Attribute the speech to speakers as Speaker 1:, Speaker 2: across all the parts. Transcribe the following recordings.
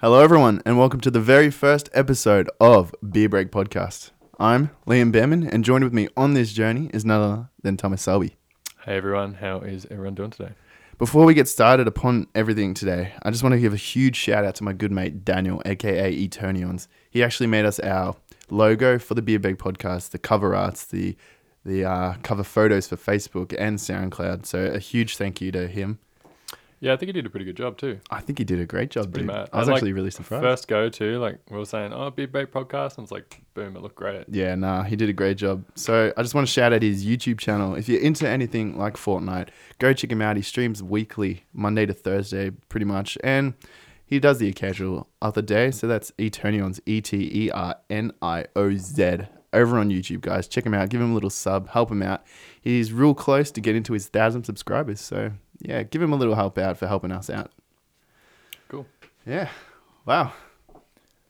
Speaker 1: Hello, everyone, and welcome to the very first episode of Beer Break Podcast. I'm Liam Behrman, and joined with me on this journey is none other than Thomas Selby.
Speaker 2: Hey everyone, how is everyone doing today?
Speaker 1: Before we get started upon everything today, I just want to give a huge shout out to my good mate Daniel, aka Eternions. He actually made us our logo for the Beer Bag podcast, the cover arts, the the uh, cover photos for Facebook and SoundCloud. So a huge thank you to him.
Speaker 2: Yeah, I think you did a pretty good job too.
Speaker 1: I think he did a great job,
Speaker 2: Pretty
Speaker 1: dude.
Speaker 2: mad.
Speaker 1: I was
Speaker 2: And, like,
Speaker 1: actually really surprised.
Speaker 2: First go to like we were saying, oh, big bait podcast, and it's like boom, it looked great.
Speaker 1: Yeah, nah, he did a great job. So I just want to shout out his YouTube channel. If you're into anything like Fortnite, go check him out. He streams weekly, Monday to Thursday, pretty much. And he does the occasional other day. So that's Eternions, E T E R N I O Z, over on YouTube, guys. Check him out. Give him a little sub. Help him out. He's real close to get into his thousand subscribers. So yeah, give him a little help out for helping us out.
Speaker 2: Cool.
Speaker 1: Yeah. Wow.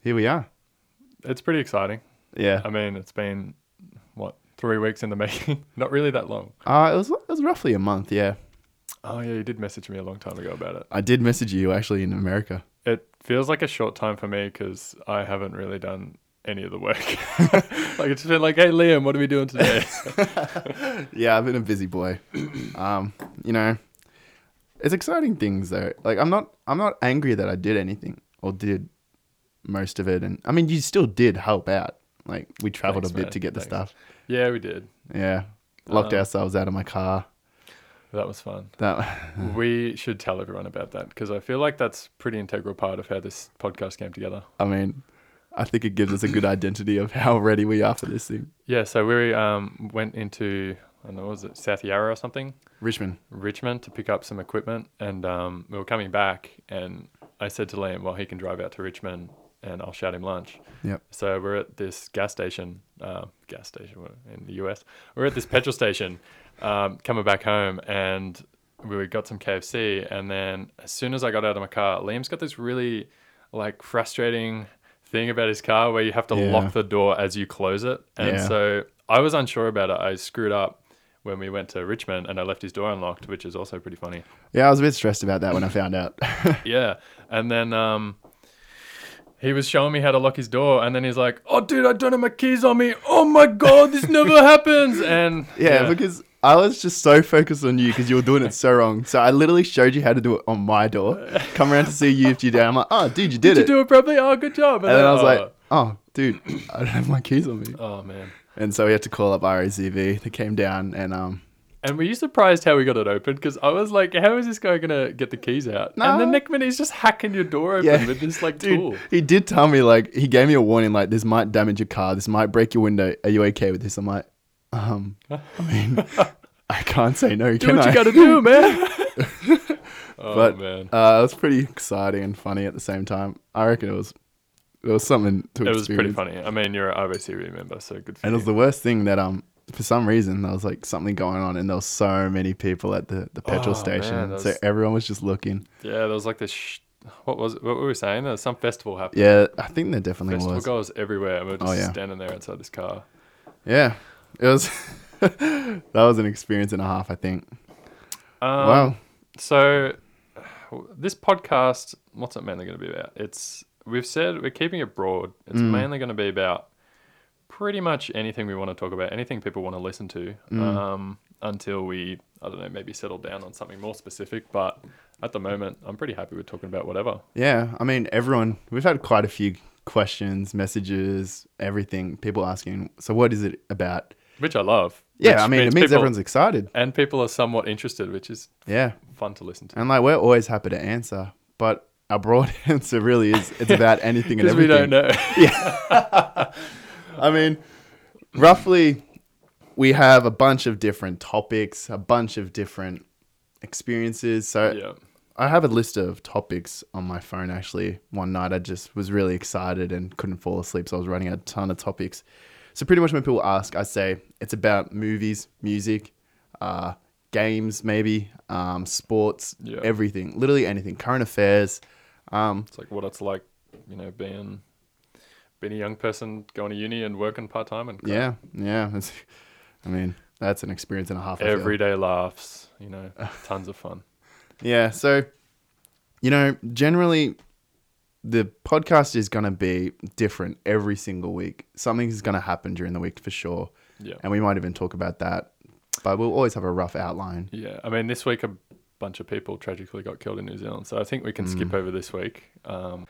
Speaker 1: Here we are.
Speaker 2: It's pretty exciting.
Speaker 1: Yeah.
Speaker 2: I mean, it's been what three weeks in the making? Not really that long.
Speaker 1: Uh, it was it was roughly a month. Yeah.
Speaker 2: Oh yeah, you did message me a long time ago about it.
Speaker 1: I did message you actually in America.
Speaker 2: It feels like a short time for me because I haven't really done any of the work. like it's been like, hey Liam, what are we doing today?
Speaker 1: Yeah, I've been a busy boy. Um, you know, it's exciting things though. Like I'm not I'm not angry that I did anything or did most of it and I mean you still did help out. Like we traveled
Speaker 2: Thanks,
Speaker 1: a bit
Speaker 2: man.
Speaker 1: to get the
Speaker 2: Thanks.
Speaker 1: stuff.
Speaker 2: yeah, we did.
Speaker 1: Yeah. Locked
Speaker 2: Um,
Speaker 1: ourselves out of my car.
Speaker 2: That was fun.
Speaker 1: That
Speaker 2: we should tell everyone about that because I feel like that's pretty integral part of how this podcast came together.
Speaker 1: I mean, I think it gives us a good identity of how ready we are for this thing.
Speaker 2: Yeah, so we um, went into I don't know was it South Yarra or something,
Speaker 1: Richmond.
Speaker 2: Richmond to pick up some equipment, and um, we were coming back, and I said to Liam, "Well, he can drive out to Richmond, and I'll shout him lunch."
Speaker 1: Yep.
Speaker 2: So we're at this gas station, uh, gas station what- in the US. We're at this petrol station, um, coming back home, and we got some KFC. And then as soon as I got out of my car, Liam's got this really like frustrating thing about his car where you have to
Speaker 1: Yeah.
Speaker 2: lock the door as you close it. And
Speaker 1: Yeah.
Speaker 2: so I was unsure about it. I screwed up when we went to Richmond, and I left his door unlocked, which is also pretty funny.
Speaker 1: Yeah, I was a bit stressed about that when I found out.
Speaker 2: Yeah. And then um he was showing me how to lock his door and then he's like, Oh dude, I don't have my keys on me. Oh my god, this never happens and
Speaker 1: Yeah, because I was just so focused on you because you were doing it so wrong. So I literally showed you how to do it on my door. Come around to see you if you did. I'm like, oh, dude, you did,
Speaker 2: Did you
Speaker 1: it.
Speaker 2: do it properly? Oh good job.
Speaker 1: and then I was
Speaker 2: oh,
Speaker 1: like, oh, dude, I don't have my keys on me.
Speaker 2: Oh man.
Speaker 1: And so we had to call up RACV. They came down and um,
Speaker 2: And were you surprised how we got it open? Because I was like, how is this guy gonna get the keys out? And the
Speaker 1: No.
Speaker 2: next minute he's just hacking your door open
Speaker 1: Yeah.
Speaker 2: with this like
Speaker 1: dude,
Speaker 2: tool.
Speaker 1: he did tell me like he gave me a warning like this might damage your car, this might break your window. Are you okay with this? I'm like, um, I mean, I can't say no,
Speaker 2: Do
Speaker 1: can
Speaker 2: what
Speaker 1: I?
Speaker 2: you gotta do, man. oh
Speaker 1: But,
Speaker 2: man.
Speaker 1: Uh, it was pretty exciting and funny at the same time. I reckon it was it was something to
Speaker 2: It
Speaker 1: experience.
Speaker 2: was pretty funny. I mean, you're an RBC member, so good for
Speaker 1: And it
Speaker 2: you.
Speaker 1: was the worst thing that um for some reason there was like something going on and there was so many people at the, the petrol
Speaker 2: Oh,
Speaker 1: station.
Speaker 2: man, that
Speaker 1: so
Speaker 2: was-
Speaker 1: everyone was just looking.
Speaker 2: Yeah, there was like this. Sh- what was it? What were we saying? There was some festival happening.
Speaker 1: Yeah, I think there definitely
Speaker 2: festival
Speaker 1: was.
Speaker 2: goers everywhere, and we are just
Speaker 1: Oh, yeah.
Speaker 2: standing there outside this car.
Speaker 1: Yeah. It was that was an experience and a half, I think.
Speaker 2: Um,
Speaker 1: wow.
Speaker 2: So, this podcast, what's it mainly going to be about? It's we've said we're keeping it broad. It's
Speaker 1: Mm.
Speaker 2: mainly going to be about pretty much anything we want to talk about, anything people want to listen to,
Speaker 1: Mm.
Speaker 2: um, until we, I don't know, maybe settle down on something more specific. But at the moment, I'm pretty happy with talking about whatever.
Speaker 1: Yeah. I mean everyone we've had quite a few questions, messages, everything, people asking, so what is it about?
Speaker 2: Which I love.
Speaker 1: Yeah,
Speaker 2: Which
Speaker 1: I mean it means
Speaker 2: people-
Speaker 1: everyone's excited.
Speaker 2: and people are somewhat interested, which is
Speaker 1: Yeah.
Speaker 2: fun to listen to.
Speaker 1: And like we're always happy to answer, but our broad answer really is it's about anything and
Speaker 2: Because
Speaker 1: everything.
Speaker 2: we don't know.
Speaker 1: I mean, roughly, we have a bunch of different topics, a bunch of different experiences. So
Speaker 2: yeah.
Speaker 1: I have a list of topics on my phone. Actually, one night I just was really excited and couldn't fall asleep, so I was running a ton of topics. So pretty much when people ask, I say it's about movies, music, uh, games, maybe um, sports,
Speaker 2: Yeah.
Speaker 1: everything, literally anything, current affairs. Um,
Speaker 2: It's like what it's like, you know, being being a young person going to uni and working part time and crap.
Speaker 1: yeah, yeah. It's, I mean, that's an experience and a half. I feel.
Speaker 2: everyday laughs, you know, tons of fun.
Speaker 1: Yeah, so you know, generally the podcast is going to be different every single week. Something's going to happen during the week for sure.
Speaker 2: Yeah.
Speaker 1: And we might even talk about that. But we'll always have a rough outline.
Speaker 2: Yeah, I mean, this week a bunch of people tragically got killed in New Zealand, so I think we can
Speaker 1: Mm.
Speaker 2: skip over this week. Um,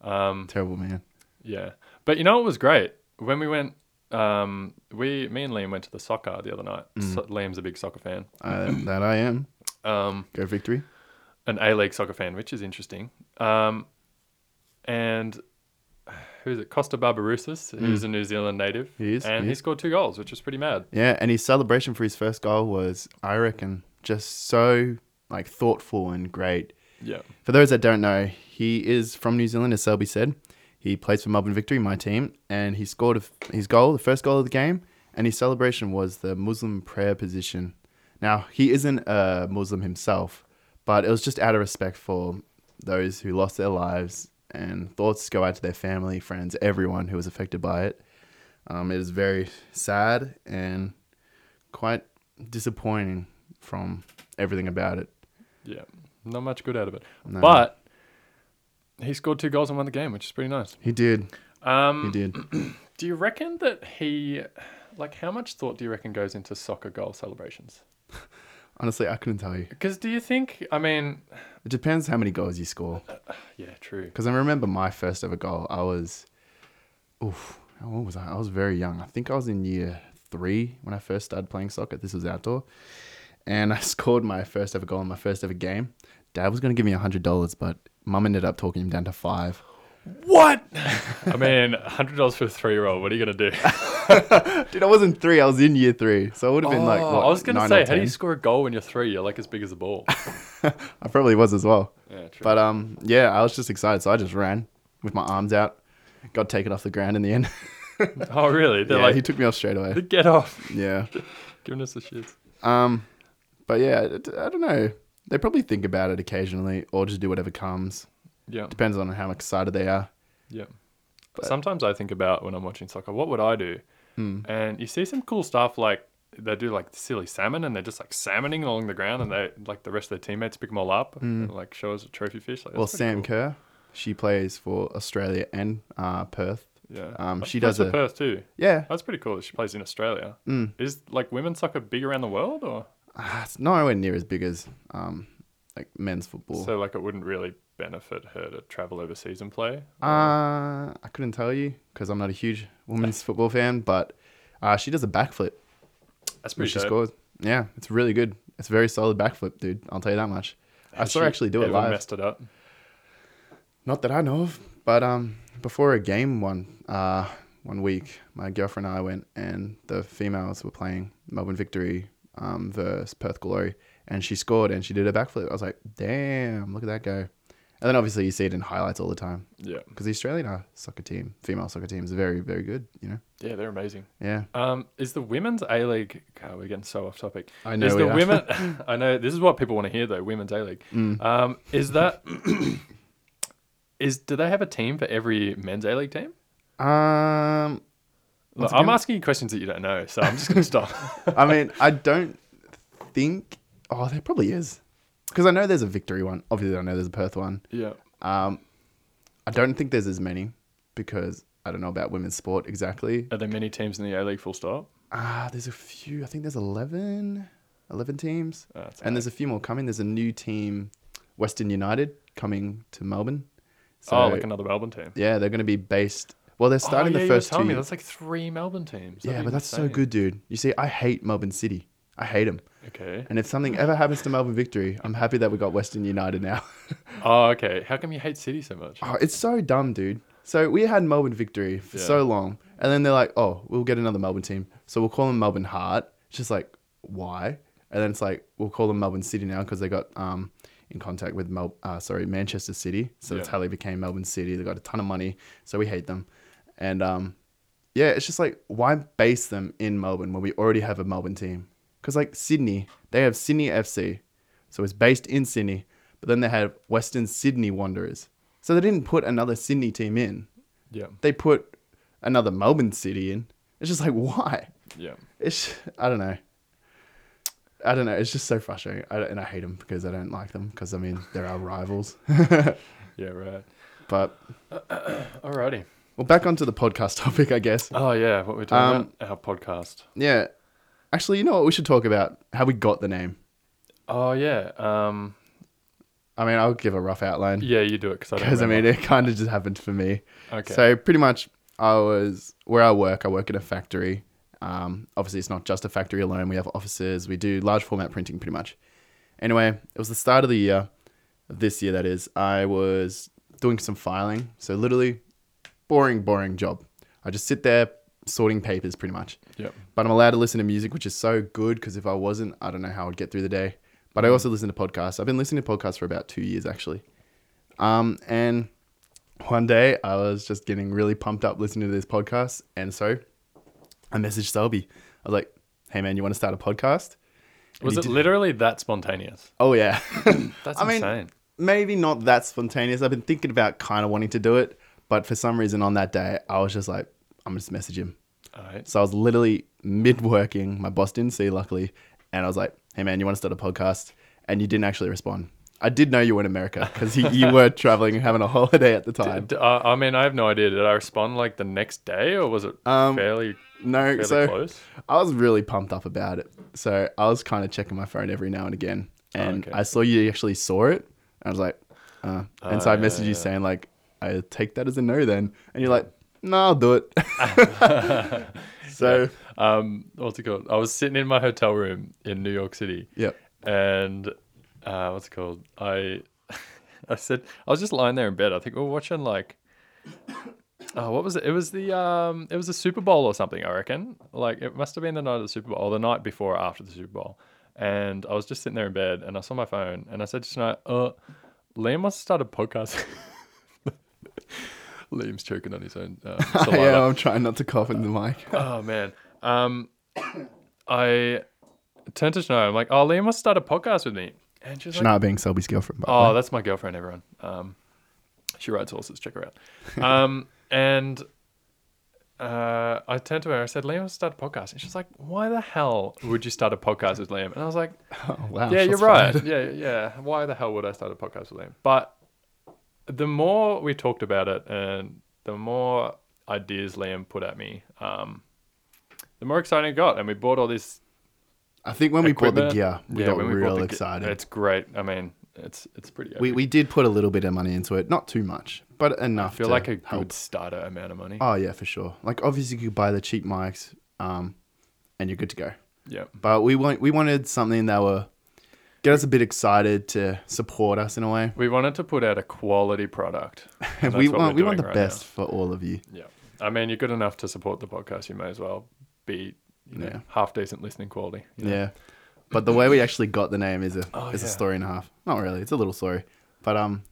Speaker 2: um,
Speaker 1: Terrible man.
Speaker 2: yeah, but you know what was great when we went. Um, we, me and Liam went to the soccer the other night.
Speaker 1: Mm.
Speaker 2: So, Liam's a big soccer fan,
Speaker 1: Uh, that I am.
Speaker 2: um,
Speaker 1: Go victory.
Speaker 2: an A League soccer fan, which is interesting. Um, and who is it? Costa Barbarousis, who's a New Zealand native.
Speaker 1: Mm. He is,
Speaker 2: and
Speaker 1: he
Speaker 2: he
Speaker 1: is.
Speaker 2: scored two goals, which was pretty mad.
Speaker 1: Yeah, and his celebration for his first goal was, I reckon, just so like thoughtful and great.
Speaker 2: Yeah,
Speaker 1: For those that don't know, he is from New Zealand, as Selby said. He plays for Melbourne Victory, my team, and he scored a f his goal, the first goal of the game, and his celebration was the Muslim prayer position. Now, he isn't a Muslim himself, but it was just out of respect for those who lost their lives, and thoughts go out to their family, friends, everyone who was affected by it. Um, it is very sad and quite disappointing from everything about it.
Speaker 2: yeah, not much good out of it,
Speaker 1: No.
Speaker 2: but he scored two goals and won the game, which is pretty nice.
Speaker 1: He did.
Speaker 2: Um,
Speaker 1: He did.
Speaker 2: Do you reckon that he, like, how much thought do you reckon goes into soccer goal celebrations?
Speaker 1: Honestly, I couldn't tell you.
Speaker 2: Because do you think, I mean,
Speaker 1: It depends how many goals you score.
Speaker 2: yeah, true.
Speaker 1: Because I remember my first ever goal. I was, oof, how old was I? I was very young. I think I was in year three when I first started playing soccer. This was outdoor, and I scored my first ever goal in my first ever game. Dad was going to give me a hundred dollars, but Mum ended up talking him down to five.
Speaker 2: What? I mean, hundred dollars for a three-year-old. What are you gonna do?
Speaker 1: Dude, I wasn't three. I was in year three, so it would have been like
Speaker 2: Oh,
Speaker 1: what,
Speaker 2: I was gonna
Speaker 1: nine
Speaker 2: say,
Speaker 1: or
Speaker 2: how do you
Speaker 1: 10?
Speaker 2: score a goal when you're three? You're like as big as a ball.
Speaker 1: I probably was as well.
Speaker 2: Yeah, true.
Speaker 1: But um, yeah, I was just excited, so I just ran with my arms out. Got taken off the ground in the end.
Speaker 2: oh, really? They're
Speaker 1: yeah, he
Speaker 2: like,
Speaker 1: took me off straight away.
Speaker 2: get off,
Speaker 1: Yeah.
Speaker 2: giving us the shits.
Speaker 1: Um, but yeah, it- I don't know. They probably think about it occasionally, or just do whatever comes.
Speaker 2: Yeah,
Speaker 1: Depends on how excited they are.
Speaker 2: yeah.
Speaker 1: But-
Speaker 2: Sometimes I think about when I'm watching soccer, what would I do?
Speaker 1: Hmm.
Speaker 2: and you see some cool stuff like they do like silly salmon and they're just like salmoning along the ground and they like the rest of their teammates pick them all up and like show us a trophy fish like,
Speaker 1: Hmm. Well,
Speaker 2: that's pretty
Speaker 1: Sam Kerr, she plays for Australia and uh, Perth.
Speaker 2: cool. yeah
Speaker 1: um,
Speaker 2: That's-
Speaker 1: she
Speaker 2: that's
Speaker 1: does
Speaker 2: for
Speaker 1: a-
Speaker 2: Perth too
Speaker 1: Yeah,
Speaker 2: that's pretty cool that she plays in Australia
Speaker 1: Mm.
Speaker 2: is like women's soccer big around the world or
Speaker 1: Ah, it's nowhere near as big as um, like men's football.
Speaker 2: so like it wouldn't really benefit her to travel overseas and play
Speaker 1: uh, I couldn't tell you because I'm not a huge women's football fan, but uh, she does a backflip
Speaker 2: that's
Speaker 1: when
Speaker 2: pretty
Speaker 1: she
Speaker 2: dope.
Speaker 1: scores. Yeah, it's really good. It's a very solid backflip, dude. I'll tell you that much. I
Speaker 2: Has
Speaker 1: saw her
Speaker 2: she
Speaker 1: actually do it
Speaker 2: ever
Speaker 1: live.
Speaker 2: messed it up
Speaker 1: Not that I know of, but um, before a game one uh, one week, my girlfriend and I went, and the females were playing Melbourne Victory um, versus Perth Glory, and she scored and she did a backflip. I was like, damn, look at that go! And then obviously you see it in highlights all the time
Speaker 2: yeah
Speaker 1: because the Australian uh, soccer team, female soccer team, is very very good. You know,
Speaker 2: yeah they're amazing
Speaker 1: yeah,
Speaker 2: Um, is the women's A League? God, we're getting so off topic.
Speaker 1: I know
Speaker 2: Is
Speaker 1: we
Speaker 2: the
Speaker 1: are.
Speaker 2: women? I know this is what people want to hear though. Women's A League.
Speaker 1: Mm.
Speaker 2: Um, is that? is do they have a team for every men's A League team?
Speaker 1: um,
Speaker 2: Look,
Speaker 1: Once
Speaker 2: I'm
Speaker 1: again-
Speaker 2: asking you questions that you don't know, so I'm just gonna stop.
Speaker 1: I mean, I don't think. Oh, there probably is, because I know there's a Victory one. Obviously, I know there's a Perth one.
Speaker 2: yeah.
Speaker 1: Um, I don't think there's as many because I don't know about women's sport exactly.
Speaker 2: Are there many teams in the A League? Full stop.
Speaker 1: Ah, there's a few. I think there's 11, 11 teams.
Speaker 2: Uh, it's
Speaker 1: and there's a few more coming. There's a new team, Western United, coming to Melbourne. So,
Speaker 2: oh, like another Melbourne team.
Speaker 1: yeah, they're going to be based. Well, they're starting
Speaker 2: oh, yeah,
Speaker 1: the first
Speaker 2: you were telling
Speaker 1: two.
Speaker 2: me that's like three Melbourne teams.
Speaker 1: yeah,
Speaker 2: That'd
Speaker 1: but
Speaker 2: be
Speaker 1: that's so
Speaker 2: insane.
Speaker 1: good, dude. You see, I hate Melbourne City. I hate them.
Speaker 2: Okay.
Speaker 1: And if something ever happens to Melbourne Victory, I'm happy that we got Western United now.
Speaker 2: Oh, okay. How come you hate City so much?
Speaker 1: Oh, it's so dumb, dude. So we had Melbourne Victory for
Speaker 2: Yeah.
Speaker 1: so long, and then they're like, "Oh, we'll get another Melbourne team, so we'll call them Melbourne Heart." It's just like, why? And then it's like, we'll call them Melbourne City now because they got um in contact with Mel, uh, sorry, Manchester City, so that's
Speaker 2: Yeah.
Speaker 1: how they became Melbourne City. They got a ton of money, so we hate them, and um, yeah, it's just like, why base them in Melbourne when we already have a Melbourne team? Because like Sydney, they have Sydney FC, so it's based in Sydney, but then they have Western Sydney Wanderers. So they didn't put another Sydney team in.
Speaker 2: Yeah.
Speaker 1: They put another Melbourne city in. It's just like why?
Speaker 2: Yeah.
Speaker 1: It's I don't know. I don't know. It's just so frustrating, I, don't- and I hate them because I don't like them because I mean they're our rivals.
Speaker 2: Yeah. Right.
Speaker 1: But
Speaker 2: Alrighty.
Speaker 1: well, back onto the podcast topic, I guess.
Speaker 2: Oh yeah, what we're talking
Speaker 1: Um,
Speaker 2: about our podcast.
Speaker 1: Yeah. Actually, you know what? We should talk about how we got the name.
Speaker 2: Oh yeah. Um.
Speaker 1: I mean, I'll give a rough outline.
Speaker 2: Yeah, you do it because I don't.
Speaker 1: Because I mean,
Speaker 2: remember.
Speaker 1: it kind of just happened for me.
Speaker 2: Okay.
Speaker 1: So pretty much, I was where I work. I work in a factory. Um, obviously, it's not just a factory alone. We have offices. We do large format printing, pretty much. Anyway, it was the start of the year, this year that is. I was doing some filing. So literally, boring, boring job. I just sit there sorting papers, pretty much.
Speaker 2: Yep.
Speaker 1: But I'm allowed to listen to music, which is so good because if I wasn't, I don't know how I'd get through the day. But I also listen to podcasts. I've been listening to podcasts for about two years actually. Um, and one day I was just getting really pumped up listening to this podcast, and so I messaged Selby. I was like, "Hey man, you want to start a podcast?" And
Speaker 2: Was
Speaker 1: he
Speaker 2: it
Speaker 1: did-
Speaker 2: literally that spontaneous?
Speaker 1: oh yeah.
Speaker 2: That's
Speaker 1: I mean-
Speaker 2: insane.
Speaker 1: Maybe not that spontaneous. I've been thinking about kind of wanting to do it, but for some reason on that day I was just like, "I'm gonna just message him."
Speaker 2: All right.
Speaker 1: So I was literally mid working. My boss didn't see, luckily. And I was like, hey, man, you want to start a podcast? And you didn't actually respond. I did know you were in America because you were traveling and having a holiday at the time.
Speaker 2: D- uh, I mean, I have no idea. Did I respond like the next day, or was it
Speaker 1: Um,
Speaker 2: fairly
Speaker 1: No,
Speaker 2: fairly
Speaker 1: so
Speaker 2: close?
Speaker 1: I was really pumped up about it. So I was kind of checking my phone every now and again. And
Speaker 2: Oh, okay.
Speaker 1: I saw you actually saw it. And I was like, uh. and so I
Speaker 2: Ah,
Speaker 1: messaged
Speaker 2: yeah,
Speaker 1: you
Speaker 2: yeah.
Speaker 1: saying, like, I take that as a no then. And you're like, no, I'll do it. so,
Speaker 2: Um, what's it called? I was sitting in my hotel room in New York City,
Speaker 1: yeah.
Speaker 2: and uh, what's it called? I I said I was just lying there in bed. I think we were watching like oh, what was it? It was the um, it was the Super Bowl or something. I reckon. Like it must have been the night of the Super Bowl, or the night before or after the Super Bowl. And I was just sitting there in bed, and I saw my phone, and I said to tonight, "Uh, Liam wants to start a podcast." Liam's choking on his own uh, saliva
Speaker 1: Yeah, I'm trying not to cough in the mic.
Speaker 2: oh man. Um, I turned to Shania. I'm like, oh, Liam wants to start a podcast with me, and she's like,
Speaker 1: Shania being Selby's girlfriend. By the way.
Speaker 2: oh, that's my girlfriend. Everyone. Um, she rides horses. Check her out. Um, and uh, I turned to her. I said, Liam wants to start a podcast, and she's like, why the hell would you start a podcast with Liam? And I was like,
Speaker 1: Oh, wow.
Speaker 2: yeah, you're
Speaker 1: shots
Speaker 2: right.
Speaker 1: fired.
Speaker 2: Yeah, yeah. Why the hell would I start a podcast with him? But the more we talked about it, and the more ideas Liam put at me, um, the more exciting it got. And we bought all this.
Speaker 1: I think when we bought the
Speaker 2: equipment.
Speaker 1: gear, we got
Speaker 2: when bought
Speaker 1: real
Speaker 2: the ge-
Speaker 1: excited.
Speaker 2: It's great. I mean, it's it's pretty.
Speaker 1: we,
Speaker 2: epic.
Speaker 1: we did put a little bit of money into it, not too much, but enough.
Speaker 2: I feel
Speaker 1: to
Speaker 2: like a good
Speaker 1: help.
Speaker 2: starter amount of money.
Speaker 1: Oh yeah, for sure. Like obviously you could buy the cheap mics, um, and you're good to go.
Speaker 2: yeah.
Speaker 1: But we want we wanted something that were get us a bit excited to support us in a way.
Speaker 2: We wanted to put out a quality product. and
Speaker 1: we
Speaker 2: that's what
Speaker 1: want
Speaker 2: we're
Speaker 1: we want the
Speaker 2: doing right now.
Speaker 1: best for all of you.
Speaker 2: Yeah. I mean, you're good enough to support the podcast. You may as well be you know,
Speaker 1: Yeah.
Speaker 2: half decent listening quality. you
Speaker 1: Yeah.
Speaker 2: know?
Speaker 1: But the way we actually got the name is a
Speaker 2: Oh,
Speaker 1: is a
Speaker 2: yeah.
Speaker 1: story and a half. Not really, it's a little story. But um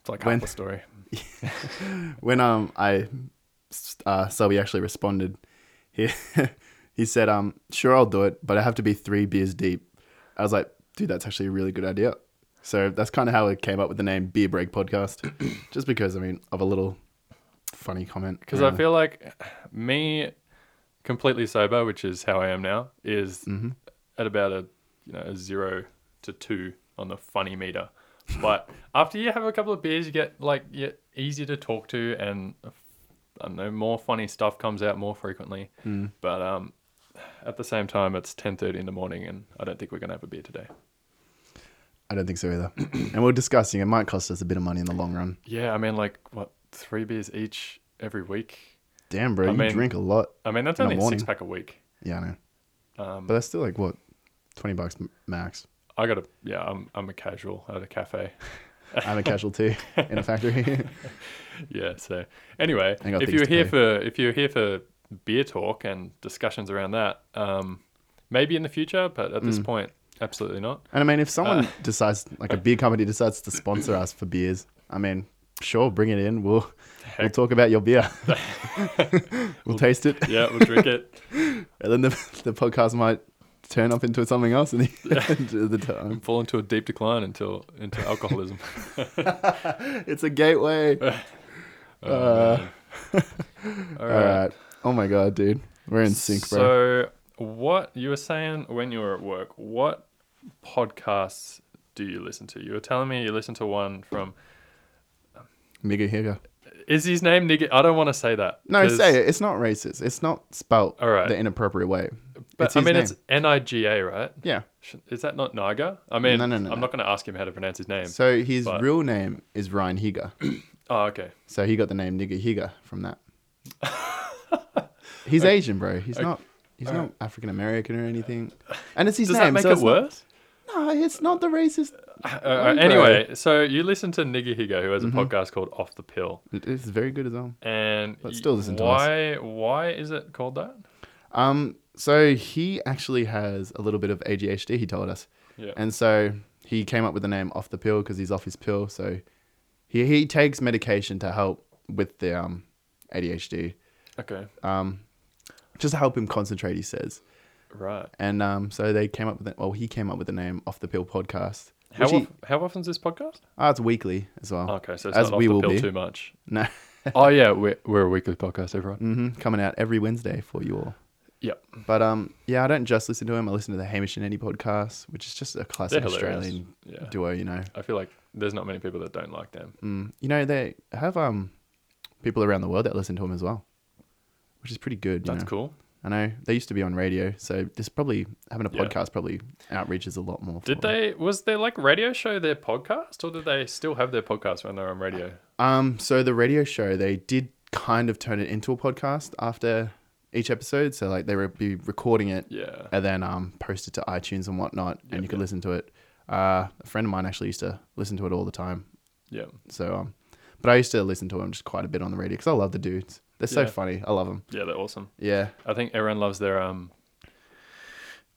Speaker 2: It's like
Speaker 1: When-
Speaker 2: half the story.
Speaker 1: when um I uh Selby actually responded, he he said um sure I'll do it, but I have to be three beers deep. I was like, dude, that's actually a really good idea. So that's kind of how it came up with the name Beer Break Podcast, just because I mean of a little funny comment.
Speaker 2: because I
Speaker 1: around-
Speaker 2: feel like me completely sober, which is how I am now, is at about a you know a zero to two on the funny meter. But after you have a couple of beers, you get like you're easy to talk to, and I don't know more funny stuff comes out more frequently. But um, at the same time, it's ten thirty in the morning, and I don't think we're gonna have a beer today.
Speaker 1: I don't think so either. and we are discussing it might cost us a bit of money in the long run.
Speaker 2: Yeah, I mean like what three beers each every week.
Speaker 1: Damn, bro,
Speaker 2: I
Speaker 1: you
Speaker 2: mean-
Speaker 1: drink a lot.
Speaker 2: I mean that's
Speaker 1: In the
Speaker 2: only a
Speaker 1: morning.
Speaker 2: six pack a week.
Speaker 1: Yeah, I know,
Speaker 2: Um,
Speaker 1: but that's still like what twenty bucks m- max.
Speaker 2: I got a yeah. I'm I'm a casual at a cafe.
Speaker 1: I'm a casualty in a factory.
Speaker 2: Yeah. So anyway,
Speaker 1: I got
Speaker 2: if
Speaker 1: things
Speaker 2: you're
Speaker 1: to
Speaker 2: here
Speaker 1: do.
Speaker 2: for if you're here for beer talk and discussions around that, um, maybe in the future, but at this
Speaker 1: Mm.
Speaker 2: point, absolutely not.
Speaker 1: And I mean, if
Speaker 2: Uh,
Speaker 1: someone decides, like a beer company decides to sponsor us for beers, I mean, sure, bring it in. We'll we'll talk about your beer. we'll taste it,
Speaker 2: Yeah, we'll drink it.
Speaker 1: and then the, the podcast might turn up into something else in the end of the time.
Speaker 2: Fall into a deep decline until into alcoholism.
Speaker 1: It's a gateway. Uh,
Speaker 2: Oh, All
Speaker 1: All right. Oh my god, dude, we're in sync, bro.
Speaker 2: So what you were saying when you were at work? What podcasts do you listen to? You were telling me you listened to one from.
Speaker 1: Nigga Higger.
Speaker 2: Is his name nigga? I don't want to say that.
Speaker 1: No,
Speaker 2: 'cause-
Speaker 1: say it. It's not racist. It's not spelt
Speaker 2: All right.
Speaker 1: the inappropriate way.
Speaker 2: But
Speaker 1: it's
Speaker 2: I
Speaker 1: his
Speaker 2: mean,
Speaker 1: name.
Speaker 2: it's N I G A, right?
Speaker 1: yeah.
Speaker 2: Sh- Is that not Naga? I mean,
Speaker 1: No, no, no,
Speaker 2: I'm
Speaker 1: no.
Speaker 2: not going to ask him how to pronounce his name.
Speaker 1: So his
Speaker 2: But-
Speaker 1: real name is Ryan Higger.
Speaker 2: oh, okay.
Speaker 1: So he got the name Nigga Higger from that. he's Asian, bro. He's not. He's not African American or anything. And it's his
Speaker 2: Does that
Speaker 1: name.
Speaker 2: make
Speaker 1: so
Speaker 2: it
Speaker 1: it's not-
Speaker 2: worse?
Speaker 1: no, it's not the racist.
Speaker 2: Uh,
Speaker 1: Okay.
Speaker 2: anyway, so you listen to Nigga Higo, who has a
Speaker 1: Mm-hmm.
Speaker 2: podcast called Off the Pill,
Speaker 1: It- It's very good as well.
Speaker 2: and
Speaker 1: But
Speaker 2: y-
Speaker 1: still listen to us.
Speaker 2: why why is it called that?
Speaker 1: Um, so he actually has a little bit of ADHD. He told us,
Speaker 2: Yeah.
Speaker 1: and so he came up with the name off the pill because he's off his pill. So he he takes medication to help with the um ADHD,
Speaker 2: okay.
Speaker 1: um, just to help him concentrate. He says,
Speaker 2: Right.
Speaker 1: and um, so they came up with it. Well, he came up with the name off the pill podcast.
Speaker 2: How
Speaker 1: which he-
Speaker 2: of- how often is this podcast?
Speaker 1: Ah, it's weekly as well.
Speaker 2: Okay, so it's
Speaker 1: As
Speaker 2: not
Speaker 1: we
Speaker 2: off
Speaker 1: will
Speaker 2: the pill
Speaker 1: be.
Speaker 2: too much.
Speaker 1: No,
Speaker 2: oh yeah, we're we're a weekly podcast, everyone.
Speaker 1: hmm coming out every Wednesday for you all.
Speaker 2: Yep.
Speaker 1: But um, yeah, I don't just listen to him. I listen to the Hamish and Eddie podcast, which is just a classic
Speaker 2: They're hilarious.
Speaker 1: Australian
Speaker 2: Yeah.
Speaker 1: duo. You know,
Speaker 2: I feel like there's not many people that don't like them.
Speaker 1: Mm. You know, they have um people around the world that listen to him as well, which is pretty good. you
Speaker 2: That's
Speaker 1: know.
Speaker 2: cool.
Speaker 1: I know they used to be on radio, so this probably having a
Speaker 2: Yeah.
Speaker 1: podcast probably outreaches a lot more.
Speaker 2: Did
Speaker 1: for them.
Speaker 2: they was their like radio show their podcast or did they still have their podcast when they were on radio?
Speaker 1: Um, so the radio show they did kind of turn it into a podcast after each episode. So like they would be recording it
Speaker 2: Yeah.
Speaker 1: and then um post it to iTunes and whatnot,
Speaker 2: Yep,
Speaker 1: and you could
Speaker 2: yep.
Speaker 1: listen to it. Uh, a friend of mine actually used to listen to it all the time.
Speaker 2: Yeah.
Speaker 1: So um, but I used to listen to him just quite a bit on the radio because I love the dudes. They're so
Speaker 2: Yeah.
Speaker 1: funny. I love them.
Speaker 2: Yeah, they're awesome.
Speaker 1: Yeah.
Speaker 2: I think everyone loves their um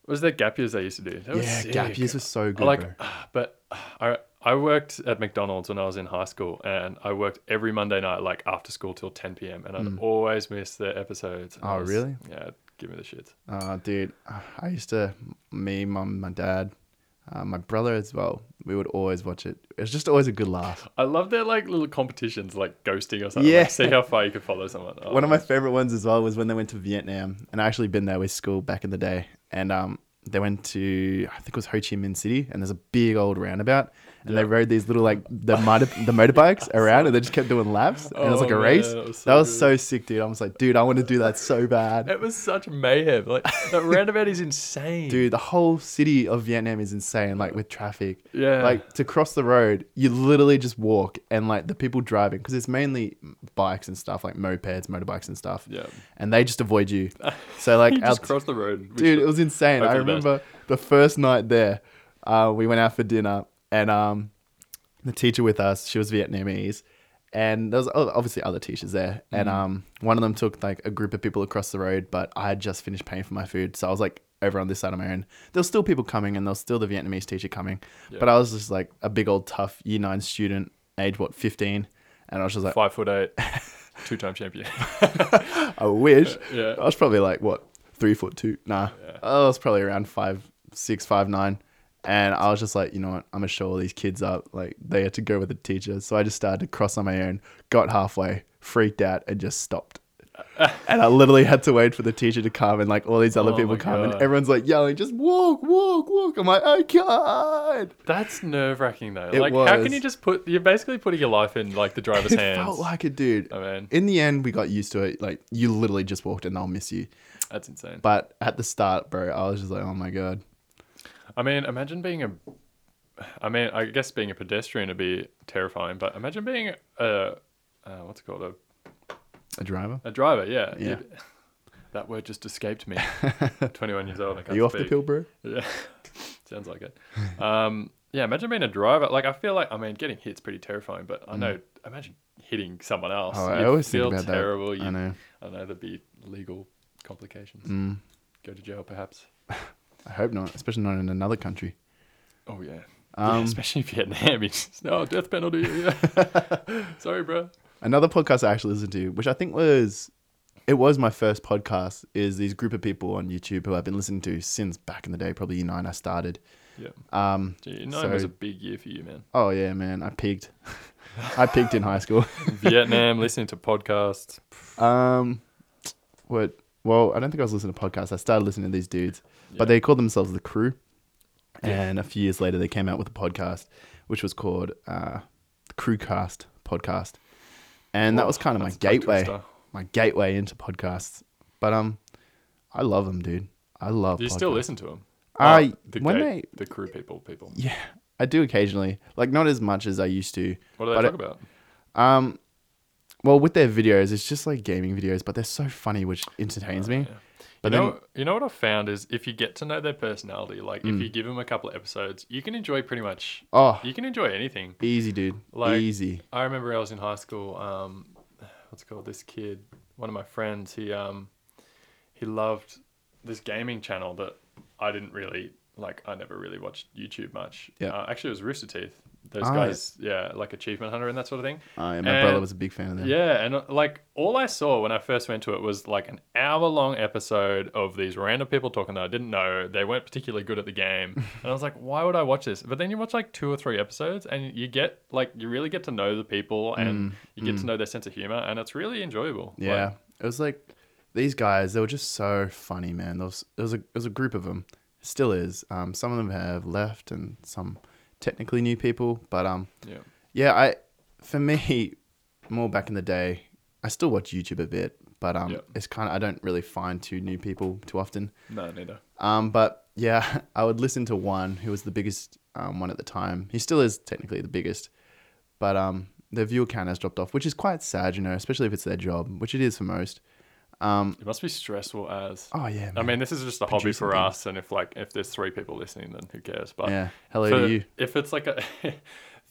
Speaker 2: was their gap years they used to do? That was
Speaker 1: Yeah, gap
Speaker 2: sick.
Speaker 1: years was so good.
Speaker 2: like
Speaker 1: bro.
Speaker 2: but I I worked at McDonald's when I was in high school and I worked every Monday night like after school till 10 p.m. and I'd always miss their episodes. And I
Speaker 1: Hmm. Oh, really?
Speaker 2: Yeah, give me the shit.
Speaker 1: Uh, dude, I used to, me, mum, my dad, uh, my brother as well. We would always watch it. It was just always a good laugh.
Speaker 2: I love their like little competitions like ghosting or something.
Speaker 1: Yeah.
Speaker 2: Like, see how far you can follow someone. Oh,
Speaker 1: One of my favorite ones as well was when they went to Vietnam, and I actually been there with school back in the day. And um, they went to I think it was Ho Chi Minh City, and there's a big old roundabout, and they rode these little like the motor, the motorbikes around, and they just kept doing laps, and it was
Speaker 2: Oh,
Speaker 1: like a
Speaker 2: man,
Speaker 1: race.
Speaker 2: that
Speaker 1: That
Speaker 2: was
Speaker 1: was,
Speaker 2: so
Speaker 1: so,
Speaker 2: good.
Speaker 1: sick, dude. I was like, dude, I want to do that so bad.
Speaker 2: Oh, It was such mayhem. Like that roundabout is insane.
Speaker 1: dude the whole city of vietnam is insane like with traffic
Speaker 2: Yeah.
Speaker 1: like to cross the road you literally just walk and like the people driving because it's mainly bikes and stuff like mopeds motorbikes and stuff
Speaker 2: Yeah.
Speaker 1: and they just avoid you so like
Speaker 2: You
Speaker 1: our,
Speaker 2: just cross the road. which-
Speaker 1: dude it was insane
Speaker 2: Hope
Speaker 1: i
Speaker 2: for the best.
Speaker 1: remember the first night there uh, we went out for dinner and um the teacher with us she was vietnamese and there was o- obviously other teachers there and
Speaker 2: Mm-hmm.
Speaker 1: um one of them took like a group of people across the road but i had just finished paying for my food so i was like over on this side of my own there was still people coming and there was still the vietnamese teacher coming but i was just like a big old tough year nine student age what 15 and i was just like
Speaker 2: five foot eight, two time champion.
Speaker 1: I wish.
Speaker 2: Yeah.
Speaker 1: I was probably like what three foot two. Nah, I was probably around five six, five nine, and I was just like, you know what? I'm gonna show all these kids up. Like they had to go with the teacher, so I just started to cross on my own. Got halfway, freaked out, and just stopped. and I literally had to wait for the teacher to come, and like all these other
Speaker 2: Oh
Speaker 1: people
Speaker 2: my
Speaker 1: come, and
Speaker 2: God.
Speaker 1: everyone's like yelling, "Just walk, walk, walk!" I'm like, "Oh, "I can't."
Speaker 2: That's nerve wracking though.
Speaker 1: It
Speaker 2: like how can
Speaker 1: was.
Speaker 2: you just put? You're basically putting your life in like the driver's
Speaker 1: It
Speaker 2: hands. Oh.
Speaker 1: felt like it, dude.
Speaker 2: I mean,
Speaker 1: In the end, we got used to it. Like you literally just walked, and they'll miss you.
Speaker 2: that's insane.
Speaker 1: But at the start, bro, I was just like, oh my god.
Speaker 2: I mean, imagine being a. I mean, I guess being a pedestrian would be terrifying, but imagine being a, uh, what's it called a,
Speaker 1: A driver?
Speaker 2: a driver. Yeah.
Speaker 1: Yeah.
Speaker 2: You'd- That word just escaped me. 21 years old. I can't
Speaker 1: Are you off the
Speaker 2: speak.
Speaker 1: pill, bro?
Speaker 2: Yeah, sounds like it. Um, yeah, imagine being a driver. Like, I feel like, I mean, getting hit's pretty terrifying, but I know, imagine hitting someone else.
Speaker 1: Mm. Oh, I
Speaker 2: You'd
Speaker 1: always think
Speaker 2: feel
Speaker 1: about that.
Speaker 2: terrible. You'd-
Speaker 1: I know.
Speaker 2: I know there'd be legal complications.
Speaker 1: Mm,
Speaker 2: Go to jail, perhaps.
Speaker 1: I hope not, especially not in another country.
Speaker 2: Oh, yeah. yeah
Speaker 1: Um,
Speaker 2: especially Vietnam. It's just, no, death penalty. Yeah. Sorry, bro.
Speaker 1: Another podcast I actually listened to, which I think was, it was my first podcast, is these group of people on YouTube who I've been listening to since back in the day, probably year nine I started.
Speaker 2: Yeah.
Speaker 1: Um,
Speaker 2: Gee, you know, it was
Speaker 1: So-
Speaker 2: a big year for you, man.
Speaker 1: oh yeah, man, I peaked. I peaked in high school.
Speaker 2: Vietnam, listening to podcasts.
Speaker 1: Um, what? Well, I don't think I was listening to podcasts. I started listening to these dudes,
Speaker 2: Yeah.
Speaker 1: but they called themselves the Crew. And a few years later, they came out with a podcast, which was called uh, the Crewcast podcast. and that
Speaker 2: Whoa,
Speaker 1: was kind of my
Speaker 2: that's a tongue
Speaker 1: gateway,
Speaker 2: twister.
Speaker 1: my gateway into podcasts. But um, I love them, dude. I love.
Speaker 2: Do you still
Speaker 1: podcasts.
Speaker 2: listen to them?
Speaker 1: I-
Speaker 2: the
Speaker 1: when
Speaker 2: gay-
Speaker 1: they-
Speaker 2: the crew people people.
Speaker 1: Yeah, I do occasionally. Like not as much as I used to.
Speaker 2: What do they
Speaker 1: but it-
Speaker 2: talk about?
Speaker 1: Um, well, with their videos, it's just like gaming videos, but they're so funny, which entertains me. But
Speaker 2: Oh, you
Speaker 1: then,
Speaker 2: know, you know what I've found is if you get to know their personality, like
Speaker 1: Mm.
Speaker 2: if you give them a couple of episodes, you can enjoy pretty much.
Speaker 1: oh,
Speaker 2: You can enjoy anything.
Speaker 1: easy, dude,
Speaker 2: Like-
Speaker 1: easy.
Speaker 2: I remember I was in high school. Um, what's it called this kid, one of my friends. He um, he loved this gaming channel that I didn't really like. I never really watched YouTube much.
Speaker 1: Yeah.
Speaker 2: Uh, actually, it was Rooster Teeth. Those
Speaker 1: Ah, yeah.
Speaker 2: guys, yeah, like Achievement Hunter and that sort of thing.
Speaker 1: I, Oh, my brother
Speaker 2: And-
Speaker 1: was a big fan of them.
Speaker 2: Yeah, and uh, like all I saw when I first went to it was like an hour long episode of these random people talking that I didn't know. They weren't particularly good at the game. And I was like, why would I watch this? But then you watch like two or three episodes and you get like, you really get to know the people
Speaker 1: Mm,
Speaker 2: and you get to know their sense of humor and it's really enjoyable. Like,
Speaker 1: Yeah, it was like these guys. They were just so funny, man. There was there was a there was a group of them. Still is. Um, some of them have left, and some technically new people. But um,
Speaker 2: yeah.
Speaker 1: yeah, I for me, more back in the day, I still watch YouTube a bit, but um,
Speaker 2: Yep.
Speaker 1: it's kind of I don't really find two new people too often.
Speaker 2: No, neither.
Speaker 1: Um, but yeah, I would listen to one who was the biggest um, one at the time. He still is technically the biggest, but um, the viewer count has dropped off, which is quite sad, you know, especially if it's their job, which it is for most. Um,
Speaker 2: It must be stressful as.
Speaker 1: oh yeah,
Speaker 2: I
Speaker 1: man.
Speaker 2: mean, this is just a hobby
Speaker 1: Producing
Speaker 2: for
Speaker 1: things.
Speaker 2: us, and if like if there's three people listening, then who cares? But
Speaker 1: yeah. Hello
Speaker 2: for-
Speaker 1: to you.
Speaker 2: if it's like a,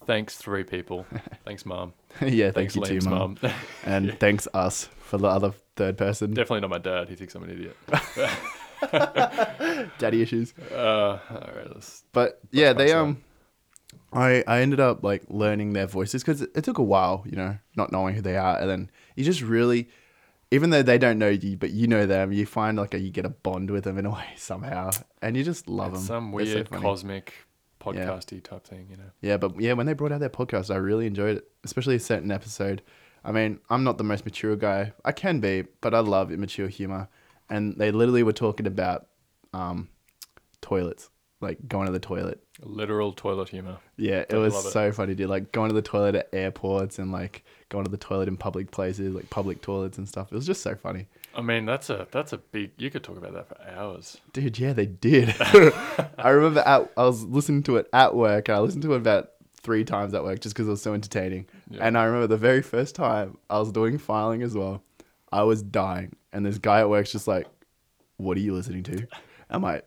Speaker 2: thanks three people, thanks mom,
Speaker 1: yeah, thank
Speaker 2: thanks um,
Speaker 1: you too,
Speaker 2: Liam's
Speaker 1: mum,
Speaker 2: mom.
Speaker 1: and thanks us for the other third person.
Speaker 2: Definitely not my dad. He thinks I'm an idiot.
Speaker 1: Daddy issues.
Speaker 2: Uh, all right, let's,
Speaker 1: But yeah,
Speaker 2: pass
Speaker 1: they
Speaker 2: it on.
Speaker 1: um, I I ended up like learning their voices because it, it took a while, you know, not knowing who they are, and then you just really, even though they don't know you, but you know them, you find like a, you get a bond with them in a way somehow, and you just love them.
Speaker 2: some
Speaker 1: They're so
Speaker 2: weird
Speaker 1: funny.
Speaker 2: cosmic podcasty type thing, you know.
Speaker 1: Yeah, but yeah, when they brought out their podcast, I really enjoyed it, especially a certain episode. I mean, I'm not the most mature guy. I can be, but I love immature humor. And they literally were talking about um, toilets, like going to the toilet.
Speaker 2: Literal toilet humor.
Speaker 1: Yeah, it
Speaker 2: Fucking
Speaker 1: was
Speaker 2: love it.
Speaker 1: so funny, dude. Like going to the toilet at airports and like going to the toilet in public places, like public toilets and stuff. It was just so funny,
Speaker 2: I mean, that's a that's a big. You could talk about that for hours.
Speaker 1: dude. Yeah, they did. I remember at, I was listening to it at work, and I listened to it about three times at work just because it was so entertaining.
Speaker 2: Yeah.
Speaker 1: And I remember the very first time I was doing filing as well, I was dying, and this guy at work's just like, "What are you listening to?" I'm like,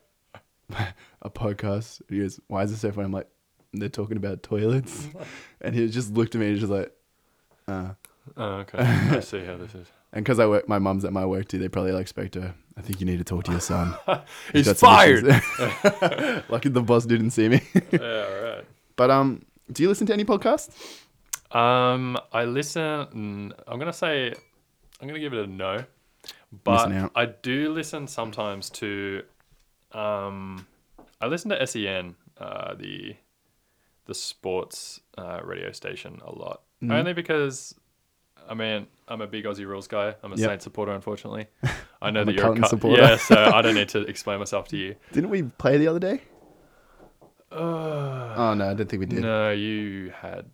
Speaker 1: "A podcast." He goes, "Why is this so funny?" I'm like, "They're talking about toilets," and he just looked at me and just like. Uh,
Speaker 2: Oh, okay, I see how this is.
Speaker 1: And because I work, my mum's at my work too. They probably like spoke to her. I think you need to talk to your son.
Speaker 2: He's
Speaker 1: got some
Speaker 2: fired.
Speaker 1: issues." Lucky the boss didn't see me.
Speaker 2: yeah,
Speaker 1: but um, do you listen to any podcasts?
Speaker 2: all right. Um, I listen. I'm gonna say, I'm gonna give it a no, but
Speaker 1: Missing out.
Speaker 2: I do listen sometimes to. Um, I listen to SEN, uh, the the sports uh, radio station a lot,
Speaker 1: Mm-hmm.
Speaker 2: only because, I mean, I'm a big Aussie rules guy. I'm a
Speaker 1: Yep.
Speaker 2: Saints supporter, unfortunately. I know
Speaker 1: I'm a
Speaker 2: that you're
Speaker 1: Carlton
Speaker 2: a Cu-
Speaker 1: supporter.
Speaker 2: Yeah, so I don't need to explain myself to you.
Speaker 1: Didn't we play the other day?
Speaker 2: Uh,
Speaker 1: Oh no, I don't think we did.
Speaker 2: No, you had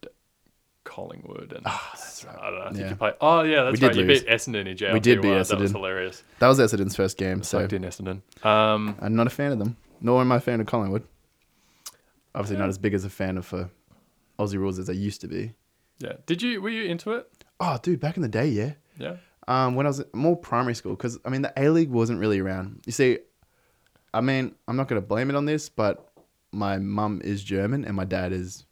Speaker 2: Collingwood and I don't know.
Speaker 1: Ah,
Speaker 2: I think
Speaker 1: Yeah.
Speaker 2: you played. Oh yeah, that's
Speaker 1: did
Speaker 2: right. You
Speaker 1: lose.
Speaker 2: beat Essendon in jail.
Speaker 1: We did beat
Speaker 2: That was
Speaker 1: Essendon.
Speaker 2: hilarious.
Speaker 1: That was Essendon's first game, so
Speaker 2: Sucked in Essendon. Um,
Speaker 1: I'm not a fan of them. Nor am I a fan of Collingwood. Obviously, not as big as a fan of uh, Aussie rules as I used to be.
Speaker 2: yeah. Did you? Were you into it?
Speaker 1: Oh, dude, back in the day, yeah.
Speaker 2: Yeah.
Speaker 1: um, when I was more primary school, because I mean the A League wasn't really around. You see, I mean I'm not gonna blame it on this, but my mum is German and my dad is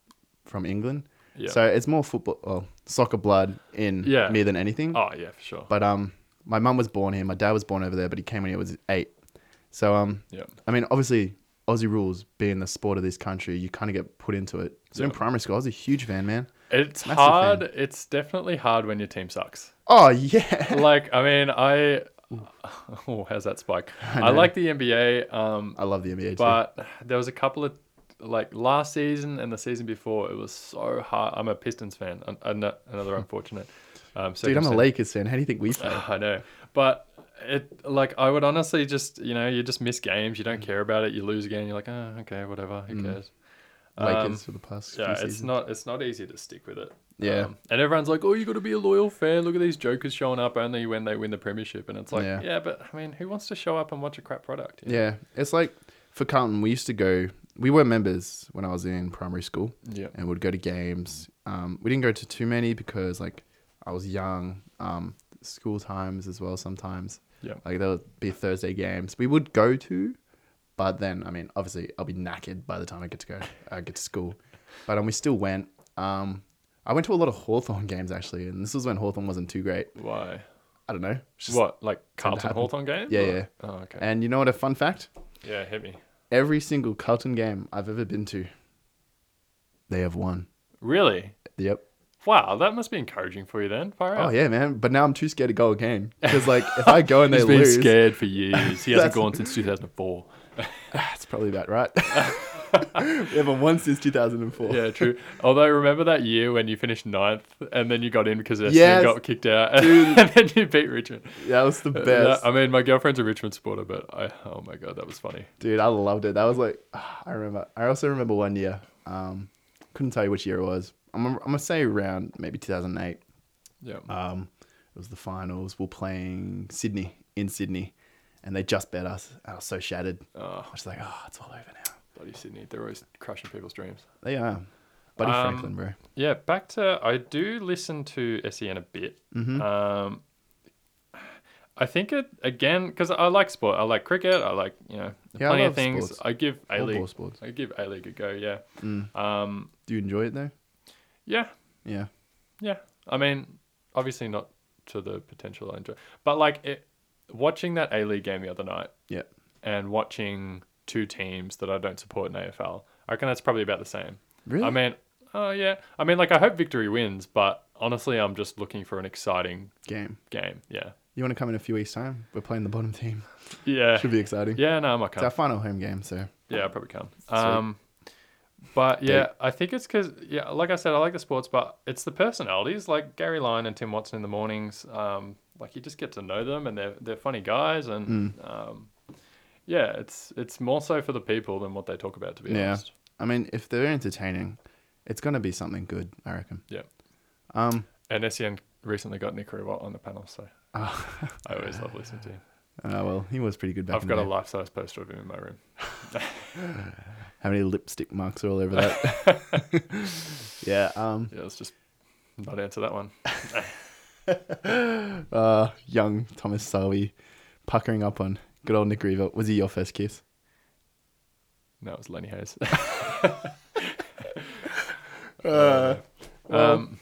Speaker 1: from England,
Speaker 2: Yeah.
Speaker 1: so it's more football, well, soccer blood in
Speaker 2: Yeah.
Speaker 1: me than anything.
Speaker 2: Oh yeah, for sure.
Speaker 1: Mm. But um, my mum was born here, my dad was born over there, but he came when he was eight. So um,
Speaker 2: yeah.
Speaker 1: I mean obviously Aussie rules being the sport of this country, you kind of get put into it. So in
Speaker 2: Yeah.
Speaker 1: primary school, I was a huge fan, man.
Speaker 2: It's
Speaker 1: massive fan.
Speaker 2: hard. It's definitely hard when your team sucks.
Speaker 1: Oh yeah,
Speaker 2: like I mean, I. Oh, how's that spike? I,
Speaker 1: know.
Speaker 2: like the NBA. Um,
Speaker 1: I love the NBA. too.
Speaker 2: but there was a couple of like last season and the season before it was so hard i'm a pistons fan an- an- another unfortunate
Speaker 1: Dude,
Speaker 2: um
Speaker 1: I'm a
Speaker 2: circumstance. Uh,
Speaker 1: Lakers fan. How do you think we play?
Speaker 2: i know but it like i would
Speaker 1: Mm.
Speaker 2: honestly just you know you just miss games you don't care about it you lose again you're like oh okay whatever "Ah, who cares
Speaker 1: Lakers for the past
Speaker 2: Yeah,
Speaker 1: few
Speaker 2: it's
Speaker 1: seasons.
Speaker 2: not it's not easy to stick with it.
Speaker 1: Yeah.
Speaker 2: Um, and everyone's like, "Oh, you got to be a loyal fan. Look at these jokers showing up only when they win the premiership." And it's like,
Speaker 1: Yeah.
Speaker 2: yeah, but I mean, who wants to show up and watch a crap product? you know?
Speaker 1: yeah, it's like for Carlton, we used to go. We were members when I was in primary school,
Speaker 2: Yeah.
Speaker 1: and would go to games. Um, we didn't go to too many because like I was young. Um, school times as well sometimes.
Speaker 2: Yeah.
Speaker 1: like there would be Thursday games we would go to, but then I mean obviously I'll be knackered by the time I get to go. I get to school, but um, we still went. Um, I went to a lot of Hawthorn games actually, and this was when Hawthorn wasn't too great.
Speaker 2: Why?
Speaker 1: I don't know. It's just-
Speaker 2: what? Like Carlton
Speaker 1: happen.
Speaker 2: Hawthorn game?
Speaker 1: Yeah,
Speaker 2: Or-
Speaker 1: yeah.
Speaker 2: Oh, okay.
Speaker 1: And you know what? A fun fact:
Speaker 2: yeah, hit me.
Speaker 1: every single Carlton game I've ever been to, they have won.
Speaker 2: Really?
Speaker 1: Yep.
Speaker 2: Wow, that must be encouraging for you then. Far
Speaker 1: Oh
Speaker 2: out.
Speaker 1: yeah, man. But now I'm too scared to go again because like if I go and they
Speaker 2: He's been
Speaker 1: lose,
Speaker 2: scared for years. He hasn't
Speaker 1: That's-
Speaker 2: gone since 2004.
Speaker 1: that's probably about right. we haven't won since 2004.
Speaker 2: Yeah, true. Although remember that year when you finished ninth and then you got in because Essendon
Speaker 1: Yes.
Speaker 2: got kicked out,
Speaker 1: Dude.
Speaker 2: and then you beat Richmond.
Speaker 1: That was the best.
Speaker 2: Uh, that- I mean, my girlfriend's a Richmond supporter, but I oh my god, that was funny.
Speaker 1: Dude, I loved it. That was like, I remember. I also remember one year. Um, couldn't tell you which year it was. I'm, I'm gonna say around maybe 2008.
Speaker 2: Yeah,
Speaker 1: Um, it was the finals. We're playing Sydney in Sydney, and they just bet us. I was so shattered.
Speaker 2: oh,
Speaker 1: I was like, oh, it's all over now.
Speaker 2: bloody Sydney, they're always crushing people's dreams.
Speaker 1: They are, Buddy
Speaker 2: Um,
Speaker 1: Franklin, bro.
Speaker 2: Yeah, back to I do listen to SEN a
Speaker 1: Mm.
Speaker 2: bit.
Speaker 1: Mm-hmm.
Speaker 2: Um, I think it again because I like sport. I like cricket. I like you know
Speaker 1: Yeah, I
Speaker 2: plenty
Speaker 1: love
Speaker 2: of things.
Speaker 1: sports.
Speaker 2: I give A
Speaker 1: All ball
Speaker 2: League.
Speaker 1: sports.
Speaker 2: I give A League a go. Yeah.
Speaker 1: Mm.
Speaker 2: Um,
Speaker 1: Do you enjoy it though?
Speaker 2: yeah.
Speaker 1: Yeah.
Speaker 2: Yeah, I mean, obviously not to the potential I enjoy, but like it, watching that A League game the other night
Speaker 1: Yeah.
Speaker 2: and watching two teams that I don't support in AFL, I reckon that's probably about the same.
Speaker 1: Really?
Speaker 2: I mean, oh yeah, I mean, like I hope victory wins, but honestly, I'm just looking for an exciting
Speaker 1: Game.
Speaker 2: game. Yeah,
Speaker 1: You want to come in a few weeks' time? We're playing the bottom team.
Speaker 2: yeah,
Speaker 1: Should be exciting.
Speaker 2: yeah. No, I might
Speaker 1: It's
Speaker 2: come.
Speaker 1: our final home game, so
Speaker 2: Yeah, I probably can. Um, but yeah, I think it's because yeah, like I said, I like the sports, but it's the personalities, like Gary Lyon and Tim Watson in the mornings. Um, like you just get to know them, and they're they're funny guys, and
Speaker 1: Hmm.
Speaker 2: um, yeah, it's it's more so for the people than what they talk about, to be
Speaker 1: yeah.
Speaker 2: honest.
Speaker 1: I mean, if they're entertaining, it's gonna be something good, I reckon.
Speaker 2: Yeah.
Speaker 1: Um.
Speaker 2: And Essien recently got Nick Riva on the panel, so
Speaker 1: Oh,
Speaker 2: I always love listening to him.
Speaker 1: oh, well, he was pretty good back.
Speaker 2: I've
Speaker 1: in
Speaker 2: got
Speaker 1: the
Speaker 2: a
Speaker 1: day.
Speaker 2: life size poster of him in my room.
Speaker 1: How many lipstick marks are all over that? yeah. Um.
Speaker 2: Yeah, let's just not answer that one.
Speaker 1: Uh. Young Thomas Salvi, puckering up on good old Nick Reaver. Was he your first kiss?
Speaker 2: No, it was Lenny Hayes.
Speaker 1: Uh.
Speaker 2: um,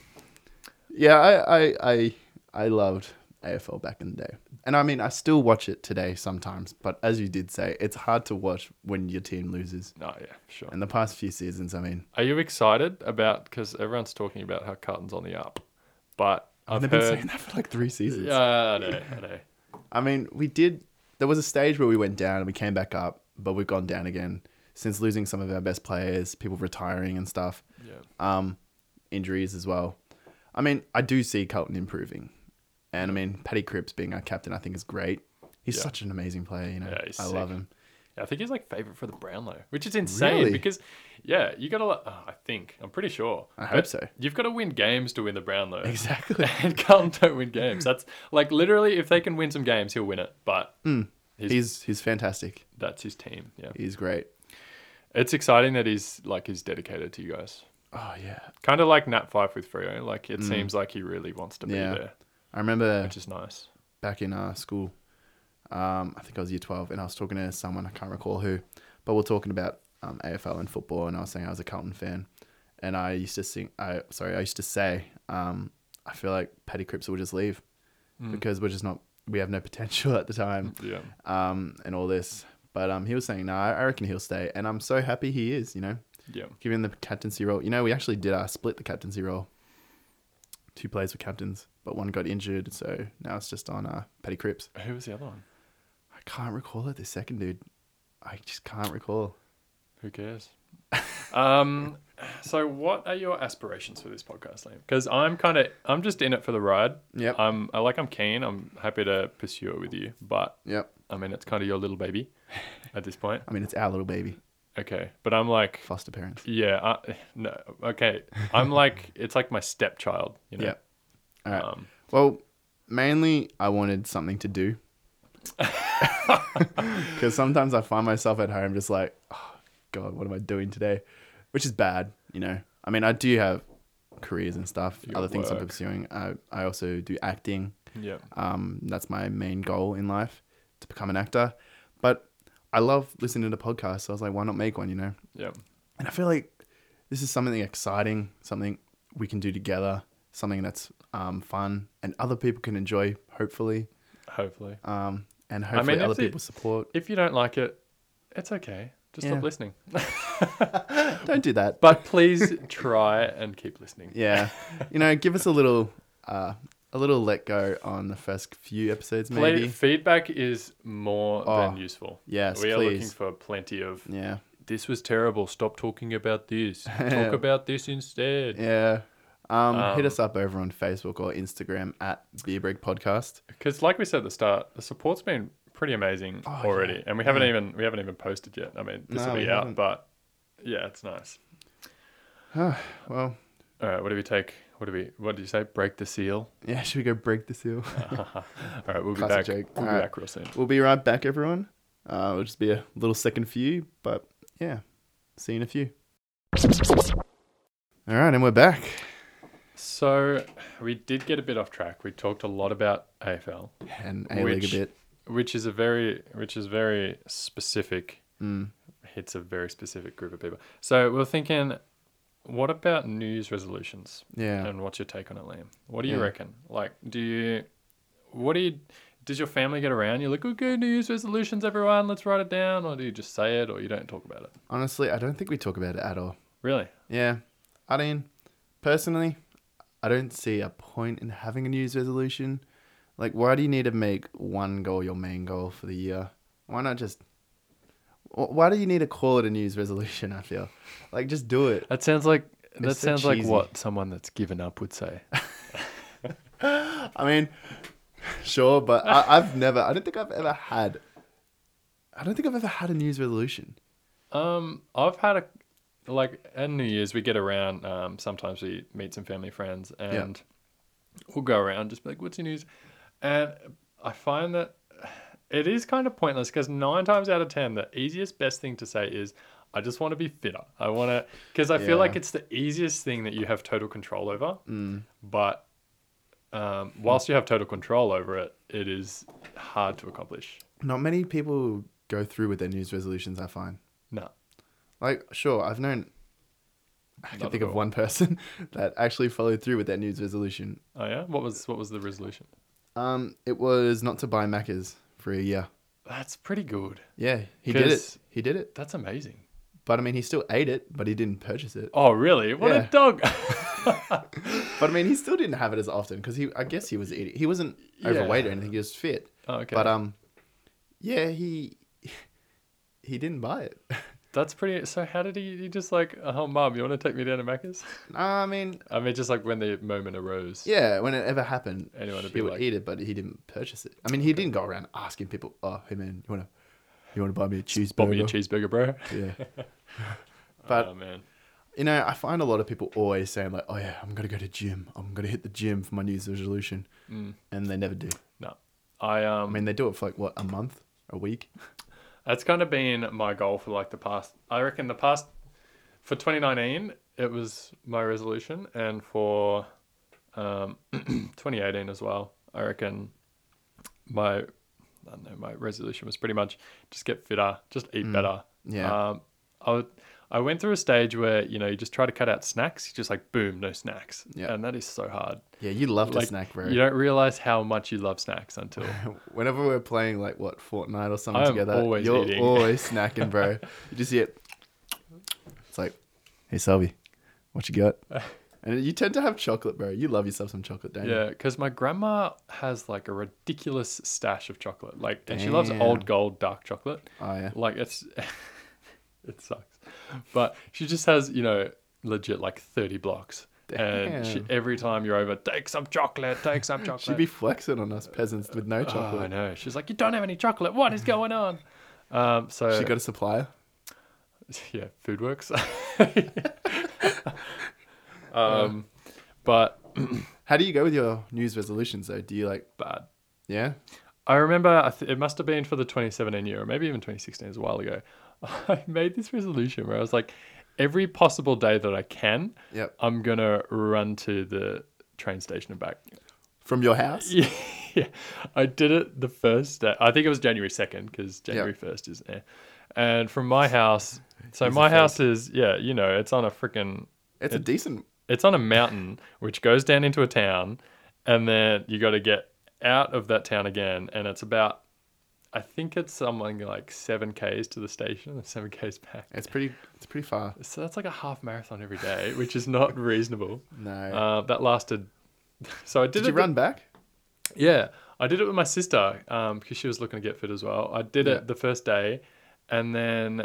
Speaker 1: Yeah. I. I. I. I loved AFL back in the day, and I mean, I still watch it today sometimes. But as you did say, it's hard to watch when your team loses.
Speaker 2: no, yeah, sure.
Speaker 1: And the past few seasons, I mean,
Speaker 2: Are you excited about because everyone's talking about how Carlton's on the up, but I've
Speaker 1: they've been
Speaker 2: heard.
Speaker 1: saying that for like three seasons.
Speaker 2: Yeah, I know, I know.
Speaker 1: I mean, we did. There was a stage where we went down and we came back up, but we've gone down again since losing some of our best players, people retiring and stuff,
Speaker 2: Yeah,
Speaker 1: um, injuries as well. I mean, I do see Carlton improving, and I mean, Paddy Cripps being our captain, I think is great. He's
Speaker 2: Yeah.
Speaker 1: such an amazing player, you know.
Speaker 2: Yeah, he's
Speaker 1: I
Speaker 2: sick.
Speaker 1: love him.
Speaker 2: I think he's like favorite for the Brownlow, which is insane
Speaker 1: Really?
Speaker 2: because, yeah, you got to. Oh, I think I'm pretty sure.
Speaker 1: I hope so.
Speaker 2: You've got to win games to win the Brownlow.
Speaker 1: Exactly.
Speaker 2: And Carlton don't win games. That's like literally, if they can win some games, he'll win it. But He's-
Speaker 1: Hmm. He's he's fantastic.
Speaker 2: that's his team. Yeah,
Speaker 1: He's great.
Speaker 2: it's exciting that he's like he's dedicated to you guys.
Speaker 1: Oh yeah. Mm.
Speaker 2: Kind of like Nat Fife with Frio. Like it seems like he really wants to be
Speaker 1: Yeah.
Speaker 2: there,
Speaker 1: I remember
Speaker 2: which is nice.
Speaker 1: back in uh, school. Um, I think I was year 12, and I was talking to someone, I can't recall who, but we're talking about um, AFL and football, and I was saying I was a Carlton fan. And I used to sing, I sorry, I used to say, um, I feel like Paddy Cripps will just leave because we're just not, we have no potential at the time
Speaker 2: Yeah.
Speaker 1: um, and all this. But um, he was saying, no, I reckon he'll stay. And I'm so happy he is, you know,
Speaker 2: Yeah.
Speaker 1: given the captaincy role. You know, we actually did uh, split the captaincy role. Two players were captains, but one got injured, so now it's just on uh, Paddy Cripps.
Speaker 2: Who was the other one?
Speaker 1: I can't recall it. The second dude, I just can't recall.
Speaker 2: Who cares? um, so what are your aspirations for this podcast, Liam? Because I'm kind of I'm just in it for the ride.
Speaker 1: Yep.
Speaker 2: I'm I like I'm keen. I'm happy to pursue it with you, but
Speaker 1: Yep.
Speaker 2: I mean it's kind of your little baby at this point.
Speaker 1: I mean, it's our little baby.
Speaker 2: Okay, but I'm like,
Speaker 1: foster parents.
Speaker 2: yeah, I, no, okay. I'm like, it's like my stepchild, you know.
Speaker 1: Yeah. All right.
Speaker 2: Um,
Speaker 1: Well, mainly I wanted something to do. Because sometimes I find myself at home just like, oh, God, what am I doing today? Which is bad, you know. I mean, I do have careers and stuff,
Speaker 2: You
Speaker 1: other things I'm
Speaker 2: work.
Speaker 1: pursuing. I, I also do acting.
Speaker 2: yeah.
Speaker 1: Um, that's my main goal in life to become an actor. But I love listening to podcasts. So I was like, why not make one, you know?
Speaker 2: Yeah.
Speaker 1: And I feel like this is something exciting, something we can do together, something that's um, fun and other people can enjoy, hopefully.
Speaker 2: Hopefully,
Speaker 1: Um, and hopefully
Speaker 2: mean, if
Speaker 1: other
Speaker 2: it-
Speaker 1: people support.
Speaker 2: if you don't like it, it's okay. Just
Speaker 1: Yeah.
Speaker 2: stop listening.
Speaker 1: Don't do that. But
Speaker 2: But please try and keep listening.
Speaker 1: yeah, you know, give us a little, uh, a little let go on the first few episodes,
Speaker 2: Ple-
Speaker 1: maybe.
Speaker 2: feedback is more
Speaker 1: Oh,
Speaker 2: than useful.
Speaker 1: yes,
Speaker 2: we are looking
Speaker 1: please.
Speaker 2: for plenty of.
Speaker 1: Yeah,
Speaker 2: This was terrible. Stop talking about this. Talk about this instead.
Speaker 1: yeah. Um, hit
Speaker 2: Um,
Speaker 1: us up over on Facebook or Instagram at Beer Break Podcast.
Speaker 2: Because, like we said at the start, the support's been pretty amazing
Speaker 1: Oh,
Speaker 2: already,
Speaker 1: yeah.
Speaker 2: and we haven't even we haven't even posted yet. I mean, this
Speaker 1: No,
Speaker 2: will
Speaker 1: we
Speaker 2: be out,
Speaker 1: haven't.
Speaker 2: but yeah, it's nice.
Speaker 1: Well,
Speaker 2: All right, what do we take? What do we? What did you say? Break the seal.
Speaker 1: yeah, should we go break the seal?
Speaker 2: All right, we'll be
Speaker 1: Classic
Speaker 2: back.
Speaker 1: joke.
Speaker 2: We'll
Speaker 1: All
Speaker 2: be
Speaker 1: right.
Speaker 2: back real soon.
Speaker 1: We'll be right back, everyone. Uh, it'll just be a little second for you, but yeah, see you in a few. All right, and we're back.
Speaker 2: So we did get a bit off track. We talked a lot about AFL,
Speaker 1: And A League a
Speaker 2: Which-
Speaker 1: bit.
Speaker 2: which is a very which is very specific
Speaker 1: Mm.
Speaker 2: hits a very specific group of people. So we we're thinking, what about news resolutions?
Speaker 1: Yeah.
Speaker 2: And what's your take on it, Liam? What do you
Speaker 1: Yeah.
Speaker 2: reckon? Like, do you, what do you, does your family get around? You're like, okay, news resolutions, everyone, let's write it down, or do you just say it, or you don't talk about it?
Speaker 1: Honestly, I don't think we talk about it at all.
Speaker 2: Really?
Speaker 1: Yeah. I mean, personally, I don't see a point in having a New Year's resolution. Like, why do you need to make one goal your main goal for the year? Why not just. wh- Why do you need to call it a New Year's resolution? I feel like just do it.
Speaker 2: That sounds like that
Speaker 1: It's so
Speaker 2: sounds like
Speaker 1: cheesy.
Speaker 2: what someone that's given up would say.
Speaker 1: I mean, sure, but I, I've never. I don't think I've ever had. I don't think I've ever had a New Year's resolution.
Speaker 2: Um, I've had a like at New Year's we get around. Um, sometimes we meet some family friends and we'll go around just be like, "What's your news?" And I find that it is kind of pointless because nine times out of ten, the easiest best thing to say is, "I just want to be fitter." I want to because I
Speaker 1: Yeah.
Speaker 2: feel like it's the easiest thing that you have total control over. But um, whilst you have total control over it, it is hard to accomplish.
Speaker 1: Not many people go through with their New Year's resolutions. I find.
Speaker 2: No,
Speaker 1: Like, sure, I've known. I can
Speaker 2: Not
Speaker 1: think
Speaker 2: at
Speaker 1: of
Speaker 2: all.
Speaker 1: one person that actually followed through with their New Year's resolution.
Speaker 2: oh yeah. What was what was the resolution?
Speaker 1: Um, it was not to buy Maccas for a year.
Speaker 2: That's pretty good.
Speaker 1: Yeah, he did it.
Speaker 2: Because-
Speaker 1: He did it.
Speaker 2: That's amazing.
Speaker 1: But I mean, he still ate it, but he didn't purchase it.
Speaker 2: Oh, really? What
Speaker 1: Yeah.
Speaker 2: a dog.
Speaker 1: But I mean, he still didn't have it as often because he, I guess, he was eating. He wasn't overweight or
Speaker 2: Yeah.
Speaker 1: anything. He was fit.
Speaker 2: oh, okay.
Speaker 1: But um, yeah, he he didn't buy it.
Speaker 2: That's pretty. So, how did he, he just like, oh, mom, you want to take me down to Macca's?
Speaker 1: I mean,
Speaker 2: I mean, just like when the moment arose.
Speaker 1: yeah, when it ever happened,
Speaker 2: Anyone would
Speaker 1: he
Speaker 2: be
Speaker 1: would
Speaker 2: like-
Speaker 1: eat it, but he didn't purchase it. I mean, he didn't go around asking people, "Oh, hey man, you wanna you wanna buy me a cheeseburger?"
Speaker 2: Bought me a cheeseburger, bro.
Speaker 1: yeah. But-
Speaker 2: oh, man.
Speaker 1: You know, I find a lot of people always saying like, "Oh yeah, I'm gonna go to gym. I'm gonna hit the gym for my New Year's resolution,"
Speaker 2: Mm.
Speaker 1: and they never do.
Speaker 2: No. I, um,
Speaker 1: I mean, they do it for like what a month, a week.
Speaker 2: that's kind of been my goal for like the past, I reckon the past, for 2019, it was my resolution. And for um, 2018 as well, I reckon my, I don't know, my resolution was pretty much just get fitter, just eat better.
Speaker 1: Mm, Yeah,
Speaker 2: Um, I, w- I went through a stage where, you know, you just try to cut out snacks. You just like, boom, no snacks.
Speaker 1: Yeah.
Speaker 2: And that is so hard.
Speaker 1: yeah. You love
Speaker 2: like,
Speaker 1: to snack, bro.
Speaker 2: You don't realize how much you love snacks until.
Speaker 1: Whenever we're playing like what Fortnite or something
Speaker 2: I'm
Speaker 1: together,
Speaker 2: always
Speaker 1: you're
Speaker 2: eating.
Speaker 1: always snacking, bro. You just hear, it's like, hey Selby, what you got? And you tend to have chocolate, bro. You love yourself some chocolate, don't you?
Speaker 2: yeah. Because my grandma has like a ridiculous stash of chocolate. Like, and she loves old
Speaker 1: Damn.
Speaker 2: gold dark chocolate.
Speaker 1: Oh yeah.
Speaker 2: Like, it's. it sucks. But she just has, you know, legit like 30 blocks. And she,
Speaker 1: Damn.
Speaker 2: every time you're over, take some chocolate, take some chocolate.
Speaker 1: She'd be flexing on us peasants with no
Speaker 2: Oh, I
Speaker 1: chocolate.
Speaker 2: know. She's like, you don't have any chocolate. What is going on? Um, so
Speaker 1: she got a supplier.
Speaker 2: yeah, Foodworks. um, but
Speaker 1: How do you go with your New Year's resolutions though? Do you like,
Speaker 2: bad.
Speaker 1: yeah?
Speaker 2: I remember I th- it must have been for the 2017 year, or maybe even 2016, it was a while ago. I made this resolution where I was like, every possible day that I can,
Speaker 1: Yep.
Speaker 2: I'm gonna run to the train station and back.
Speaker 1: From your house?
Speaker 2: Yeah, I did it the first day. I think it was January second because January first is. Eh. And from my house, so
Speaker 1: He's a
Speaker 2: my
Speaker 1: freak.
Speaker 2: house is yeah, you know, it's on a freaking
Speaker 1: It's a decent.
Speaker 2: it's on a mountain which goes down into a town and then you got to get out of that town again and it's about i think it's something like 7 k's to the station and 7 k's back
Speaker 1: It's pretty. It's pretty far.
Speaker 2: so that's like a half marathon every day which is not reasonable
Speaker 1: No.
Speaker 2: uh, that lasted so i did,
Speaker 1: Did
Speaker 2: it
Speaker 1: you
Speaker 2: with-
Speaker 1: run back?
Speaker 2: yeah, I did it with my sister um, because she was looking to get fit as well. I did
Speaker 1: Yeah.
Speaker 2: it the first day, and then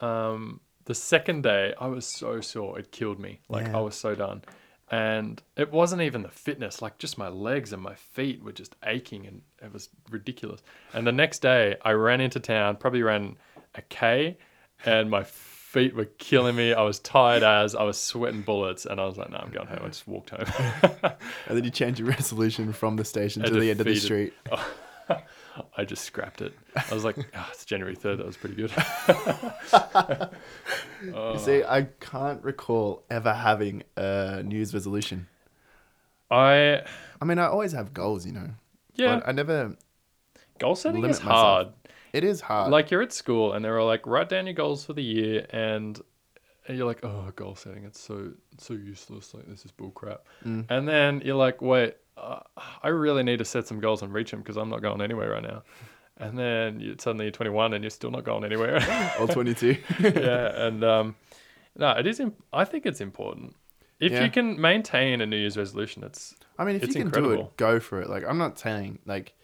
Speaker 2: um, the second day I was so sore it killed me. Like
Speaker 1: Yeah.
Speaker 2: I was so done, and it wasn't even the fitness. Like just my legs and my feet were just aching, and it was ridiculous. And the next day I ran into town, probably ran a k, and my feet were killing me. I was tired as I was sweating bullets, and I was like, "No, I'm going home." I just walked home.
Speaker 1: And then you change your resolution from the station
Speaker 2: I
Speaker 1: to the end of the
Speaker 2: defeated-
Speaker 1: street.
Speaker 2: I just scrapped it. I was like, oh, it's January 3rd. That was pretty good. Uh,
Speaker 1: You see, I can't recall ever having a New Year's resolution.
Speaker 2: I,
Speaker 1: I mean, I always have goals, you know.
Speaker 2: yeah,
Speaker 1: But I never.
Speaker 2: goal setting
Speaker 1: limit
Speaker 2: is
Speaker 1: myself.
Speaker 2: hard.
Speaker 1: It is hard.
Speaker 2: Like, you're at school and they're all like, write down your goals for the year. And, and you're like, oh, goal setting, it's so, it's so useless. Like, this is bullcrap.
Speaker 1: Mm.
Speaker 2: And then you're like, wait, uh, I really need to set some goals and reach them because I'm not going anywhere right now. And then you, suddenly you're 21 and you're still not going anywhere.
Speaker 1: all 22.
Speaker 2: yeah, and um, no, it is. Imp- I think it's important. If
Speaker 1: Yeah.
Speaker 2: you can maintain a New Year's resolution, it's
Speaker 1: I mean, if
Speaker 2: It's
Speaker 1: you can do
Speaker 2: incredible.
Speaker 1: it, go for it. Like, I'm not saying, like,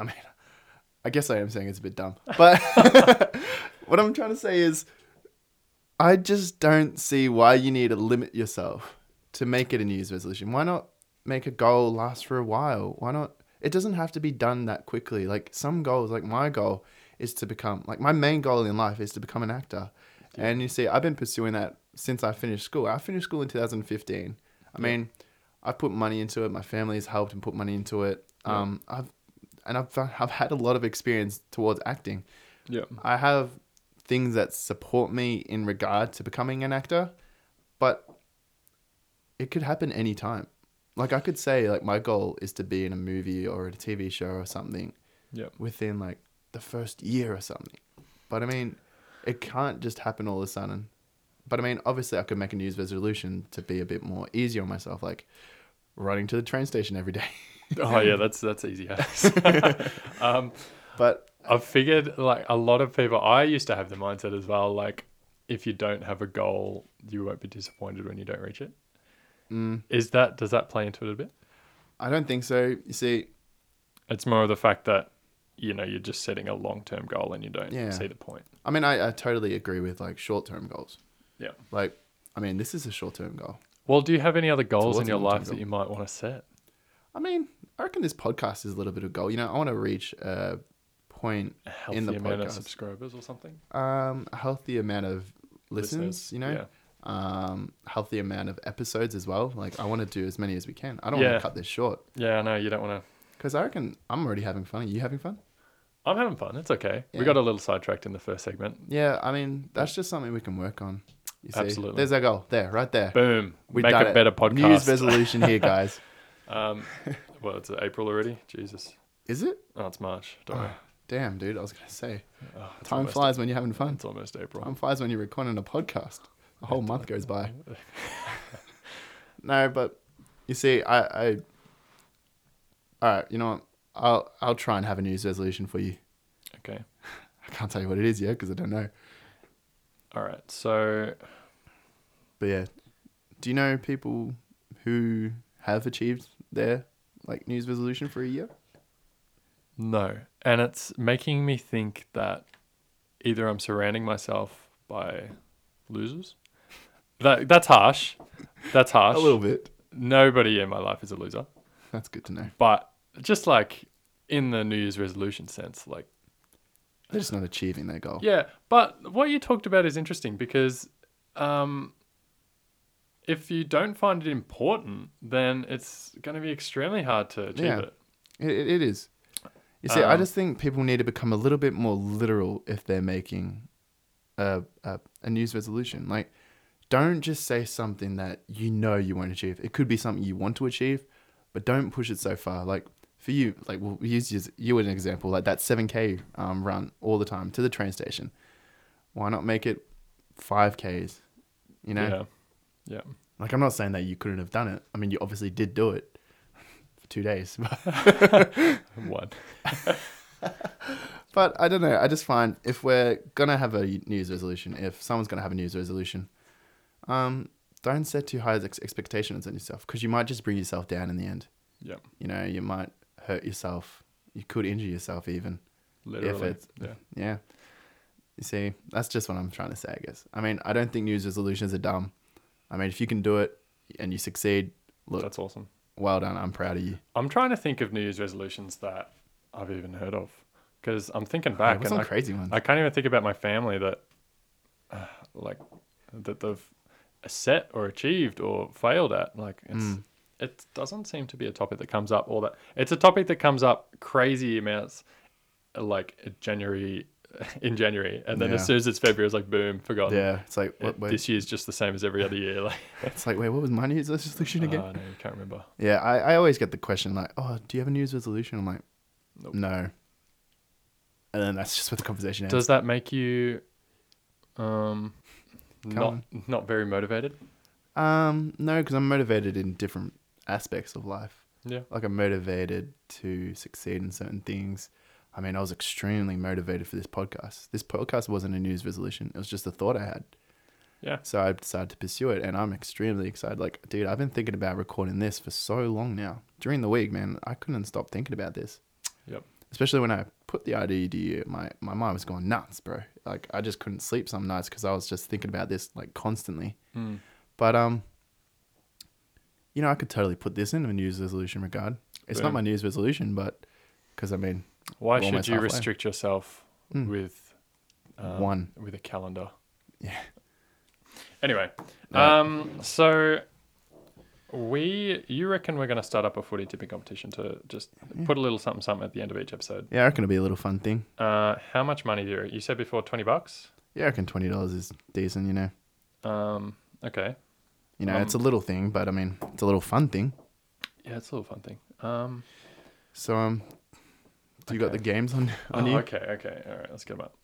Speaker 1: I mean, I guess I am saying it's a bit dumb. But what I'm trying to say is, I just don't see why you need to limit yourself to make it a New Year's resolution. Why not make a goal last for a while? Why not? It doesn't have to be done that quickly. Like, some goals, like, my goal is to become, like, my main goal in life is to become an actor. And you see, I've been pursuing that since I finished school. I finished school in 2015. I mean, I put money into it. My family's helped and put money into it. Um, I've and I've I've had a lot of experience towards acting.
Speaker 2: yeah,
Speaker 1: I have things that support me in regard to becoming an actor, but it could happen any time. Like I could say, like my goal is to be in a movie or a TV show or something
Speaker 2: yeah.
Speaker 1: within like the first year or something. But I mean, it can't just happen all of a sudden. But I mean, obviously, I could make a New Year's resolution to be a bit more easy on myself, like running to the train station every day.
Speaker 2: Oh yeah, that's that's easy. um,
Speaker 1: but
Speaker 2: I've figured like a lot of people. I used to have the mindset as well. Like, if you don't have a goal, you won't be disappointed when you don't reach it.
Speaker 1: mm,
Speaker 2: Is that does that play into it a bit?
Speaker 1: I don't think so. You see,
Speaker 2: It's more of the fact that you know you're just setting a long term goal and you don't
Speaker 1: Yeah.
Speaker 2: see the point.
Speaker 1: I mean, I, I totally agree with like short term goals.
Speaker 2: Yeah.
Speaker 1: Like, I mean, this is a short term goal.
Speaker 2: Well, do you have any other goals in
Speaker 1: wasn't
Speaker 2: your
Speaker 1: a long-term
Speaker 2: life that
Speaker 1: goal.
Speaker 2: you might want to set?
Speaker 1: I mean, I reckon this podcast is a little bit of goal. You know, I want to reach a point,
Speaker 2: A healthy
Speaker 1: In the
Speaker 2: amount of
Speaker 1: podcast.
Speaker 2: subscribers or something.
Speaker 1: um, a healthy amount of listens,
Speaker 2: Listeners,
Speaker 1: you know,
Speaker 2: yeah.
Speaker 1: um, healthy amount of episodes as well. Like, I want to do as many as we can. I don't
Speaker 2: Yeah.
Speaker 1: want to cut this short
Speaker 2: Yeah, I know you don't want to.
Speaker 1: because I reckon I'm already having fun. Are you having fun?
Speaker 2: I'm having fun. It's okay. We
Speaker 1: Yeah.
Speaker 2: got a little sidetracked in the first segment.
Speaker 1: Yeah, I mean, that's just something we can work on. You see?
Speaker 2: Absolutely.
Speaker 1: There's our goal. There, right there.
Speaker 2: Boom.
Speaker 1: We've
Speaker 2: Make
Speaker 1: done
Speaker 2: a
Speaker 1: it.
Speaker 2: better
Speaker 1: New Year's
Speaker 2: podcast.
Speaker 1: resolution here, guys.
Speaker 2: um, well, it's April already. Jesus.
Speaker 1: Is it?
Speaker 2: Oh, it's March. Don't worry.
Speaker 1: Damn, dude. I was going to say,
Speaker 2: Oh,
Speaker 1: Oh,
Speaker 2: it's
Speaker 1: time
Speaker 2: almost,
Speaker 1: flies when you're having fun.
Speaker 2: It's almost April.
Speaker 1: Time flies when you're recording a podcast. A whole month goes by. No, but you see, I, I. All right, you know what? I'll I'll try and have a New Year's resolution for you.
Speaker 2: okay.
Speaker 1: I can't tell you what it is yet because I don't know.
Speaker 2: All right. So
Speaker 1: But yeah, do you know people who have achieved their like New Year's resolution for a year?
Speaker 2: no, and it's making me think that either I'm surrounding myself by losers. That that's harsh. That's harsh.
Speaker 1: A little bit.
Speaker 2: Nobody in my life is a loser.
Speaker 1: That's good to know.
Speaker 2: But just like in the New Year's resolution sense, like
Speaker 1: They're just not achieving their goal.
Speaker 2: Yeah, but what you talked about is interesting because um, if you don't find it important, then it's going to be extremely hard to achieve
Speaker 1: Yeah.
Speaker 2: it.
Speaker 1: It, it, it is. You see, I
Speaker 2: Um,
Speaker 1: just think people need to become a little bit more literal if they're making a, a, a news resolution. Like, don't just say something that you know you won't achieve. It could be something you want to achieve, but don't push it so far. Like, for you, like, we'll use you as- you as an example, like that 7K um, run all the time to the train station. Why not make it 5Ks? You know?
Speaker 2: Yeah.
Speaker 1: Like, I'm not saying that you couldn't have done it. I mean, you obviously did do it for two days, but.
Speaker 2: What?
Speaker 1: But I don't know. I just find if we're gonna have a news resolution, if someone's gonna have a news resolution, um, don't set too high ex- expectations on yourself because you might just bring yourself down in the end.
Speaker 2: Yeah.
Speaker 1: You know, you might hurt yourself. You could injure yourself even.
Speaker 2: Literally.
Speaker 1: it's-
Speaker 2: yeah.
Speaker 1: Yeah. You see, that's just what I'm trying to say. I guess. I mean, I don't think news resolutions are dumb. I mean, if you can do it and you succeed, look,
Speaker 2: That's awesome.
Speaker 1: well done. I'm proud of you.
Speaker 2: I'm trying to think of New Year's resolutions that I've even heard of because I'm thinking
Speaker 1: Yeah,
Speaker 2: back
Speaker 1: what's
Speaker 2: and
Speaker 1: some
Speaker 2: Ah, I,
Speaker 1: crazy ones?
Speaker 2: I can't even think about my family that, uh, like, that they've set or achieved or failed at. Like, it's,
Speaker 1: Mm.
Speaker 2: it doesn't seem to be a topic that comes up all that. It's a topic that comes up crazy amounts, uh, like January, in January, and then
Speaker 1: Yeah.
Speaker 2: as soon as it's February, it's like boom, forgotten.
Speaker 1: yeah, it's like
Speaker 2: It-
Speaker 1: what, wait,
Speaker 2: this year's just the same as every other year. Like,
Speaker 1: it's like wait, what was my news resolution again?
Speaker 2: oh, no, you can't remember.
Speaker 1: Yeah, I, I always get the question like, "Oh, do you have a New Year's resolution?" I'm like,
Speaker 2: Nope.
Speaker 1: "No," and then that's just what the conversation ends.
Speaker 2: Does that make you, um, not
Speaker 1: on.
Speaker 2: not very motivated?
Speaker 1: um, no, because I'm motivated in different aspects of life.
Speaker 2: Yeah.
Speaker 1: Like I'm motivated to succeed in certain things. I mean, I was extremely motivated for this podcast. This podcast wasn't a New Year's resolution; it was just a thought I had.
Speaker 2: Yeah.
Speaker 1: So I decided to pursue it, and I'm extremely excited. Like, dude, I've been thinking about recording this for so long now. During the week, man, I couldn't stop thinking about this.
Speaker 2: Yep.
Speaker 1: Especially when I put the idea to you, my my mind was going nuts, bro. Like, I just couldn't sleep some nights because I was just thinking about this like constantly.
Speaker 2: Mm.
Speaker 1: But um, you know, I could totally put this in a news resolution regard. It's not
Speaker 2: Boom.
Speaker 1: my news resolution, but because I mean,
Speaker 2: Why
Speaker 1: We're
Speaker 2: should
Speaker 1: almost
Speaker 2: you
Speaker 1: halfway.
Speaker 2: restrict yourself
Speaker 1: Mm.
Speaker 2: with um,
Speaker 1: One.
Speaker 2: with a calendar?
Speaker 1: Yeah.
Speaker 2: Anyway,
Speaker 1: Right.
Speaker 2: um, so we you reckon we're going to start up a footy tipping competition to just put a little something something at the end of each episode?
Speaker 1: yeah, I reckon it'd be a little fun thing.
Speaker 2: Uh, how much money do you? You said before twenty bucks.
Speaker 1: Yeah, I reckon twenty dollars is decent. You know,
Speaker 2: Um, okay.
Speaker 1: you know,
Speaker 2: Um,
Speaker 1: it's a little thing, but I mean, it's a little fun thing.
Speaker 2: Yeah, it's a little fun thing. Um,
Speaker 1: So um, do you got
Speaker 2: Okay.
Speaker 1: the games on on
Speaker 2: oh,
Speaker 1: you?
Speaker 2: okay, okay, all right, let's get them up.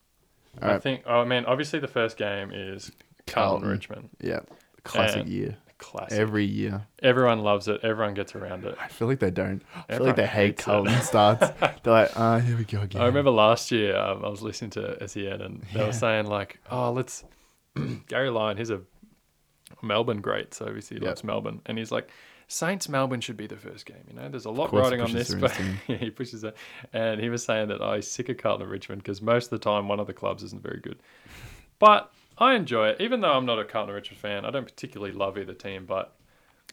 Speaker 1: All
Speaker 2: I
Speaker 1: right.
Speaker 2: think. Oh man, obviously the first game is Carlton,
Speaker 1: Carlton.
Speaker 2: Richmond.
Speaker 1: Yeah, classic
Speaker 2: And-
Speaker 1: year.
Speaker 2: Uh, Classic.
Speaker 1: Every year,
Speaker 2: Everyone loves it. Everyone gets around it.
Speaker 1: I feel like they don't. I feel like
Speaker 2: Everyone
Speaker 1: they hate
Speaker 2: hates it.
Speaker 1: Carlton starts. They're like, ah, here we go again.
Speaker 2: I remember last year um, I was listening to SEN and they
Speaker 1: Yeah.
Speaker 2: were saying like, oh, let's Gary Lyon. He's a Melbourne great, so obviously he
Speaker 1: Yep.
Speaker 2: loves Melbourne, and he's like, Saints Melbourne should be the first game. You know, there's a lot
Speaker 1: course he
Speaker 2: riding on
Speaker 1: pushes
Speaker 2: this,
Speaker 1: through
Speaker 2: but
Speaker 1: his team.
Speaker 2: yeah, he pushes it. And he was saying that I he's sick of Carlton and Richmond because most of the time one of the clubs isn't very good, but I enjoy it. Even though I'm not a Carlton and Richmond fan, I don't particularly love either team, but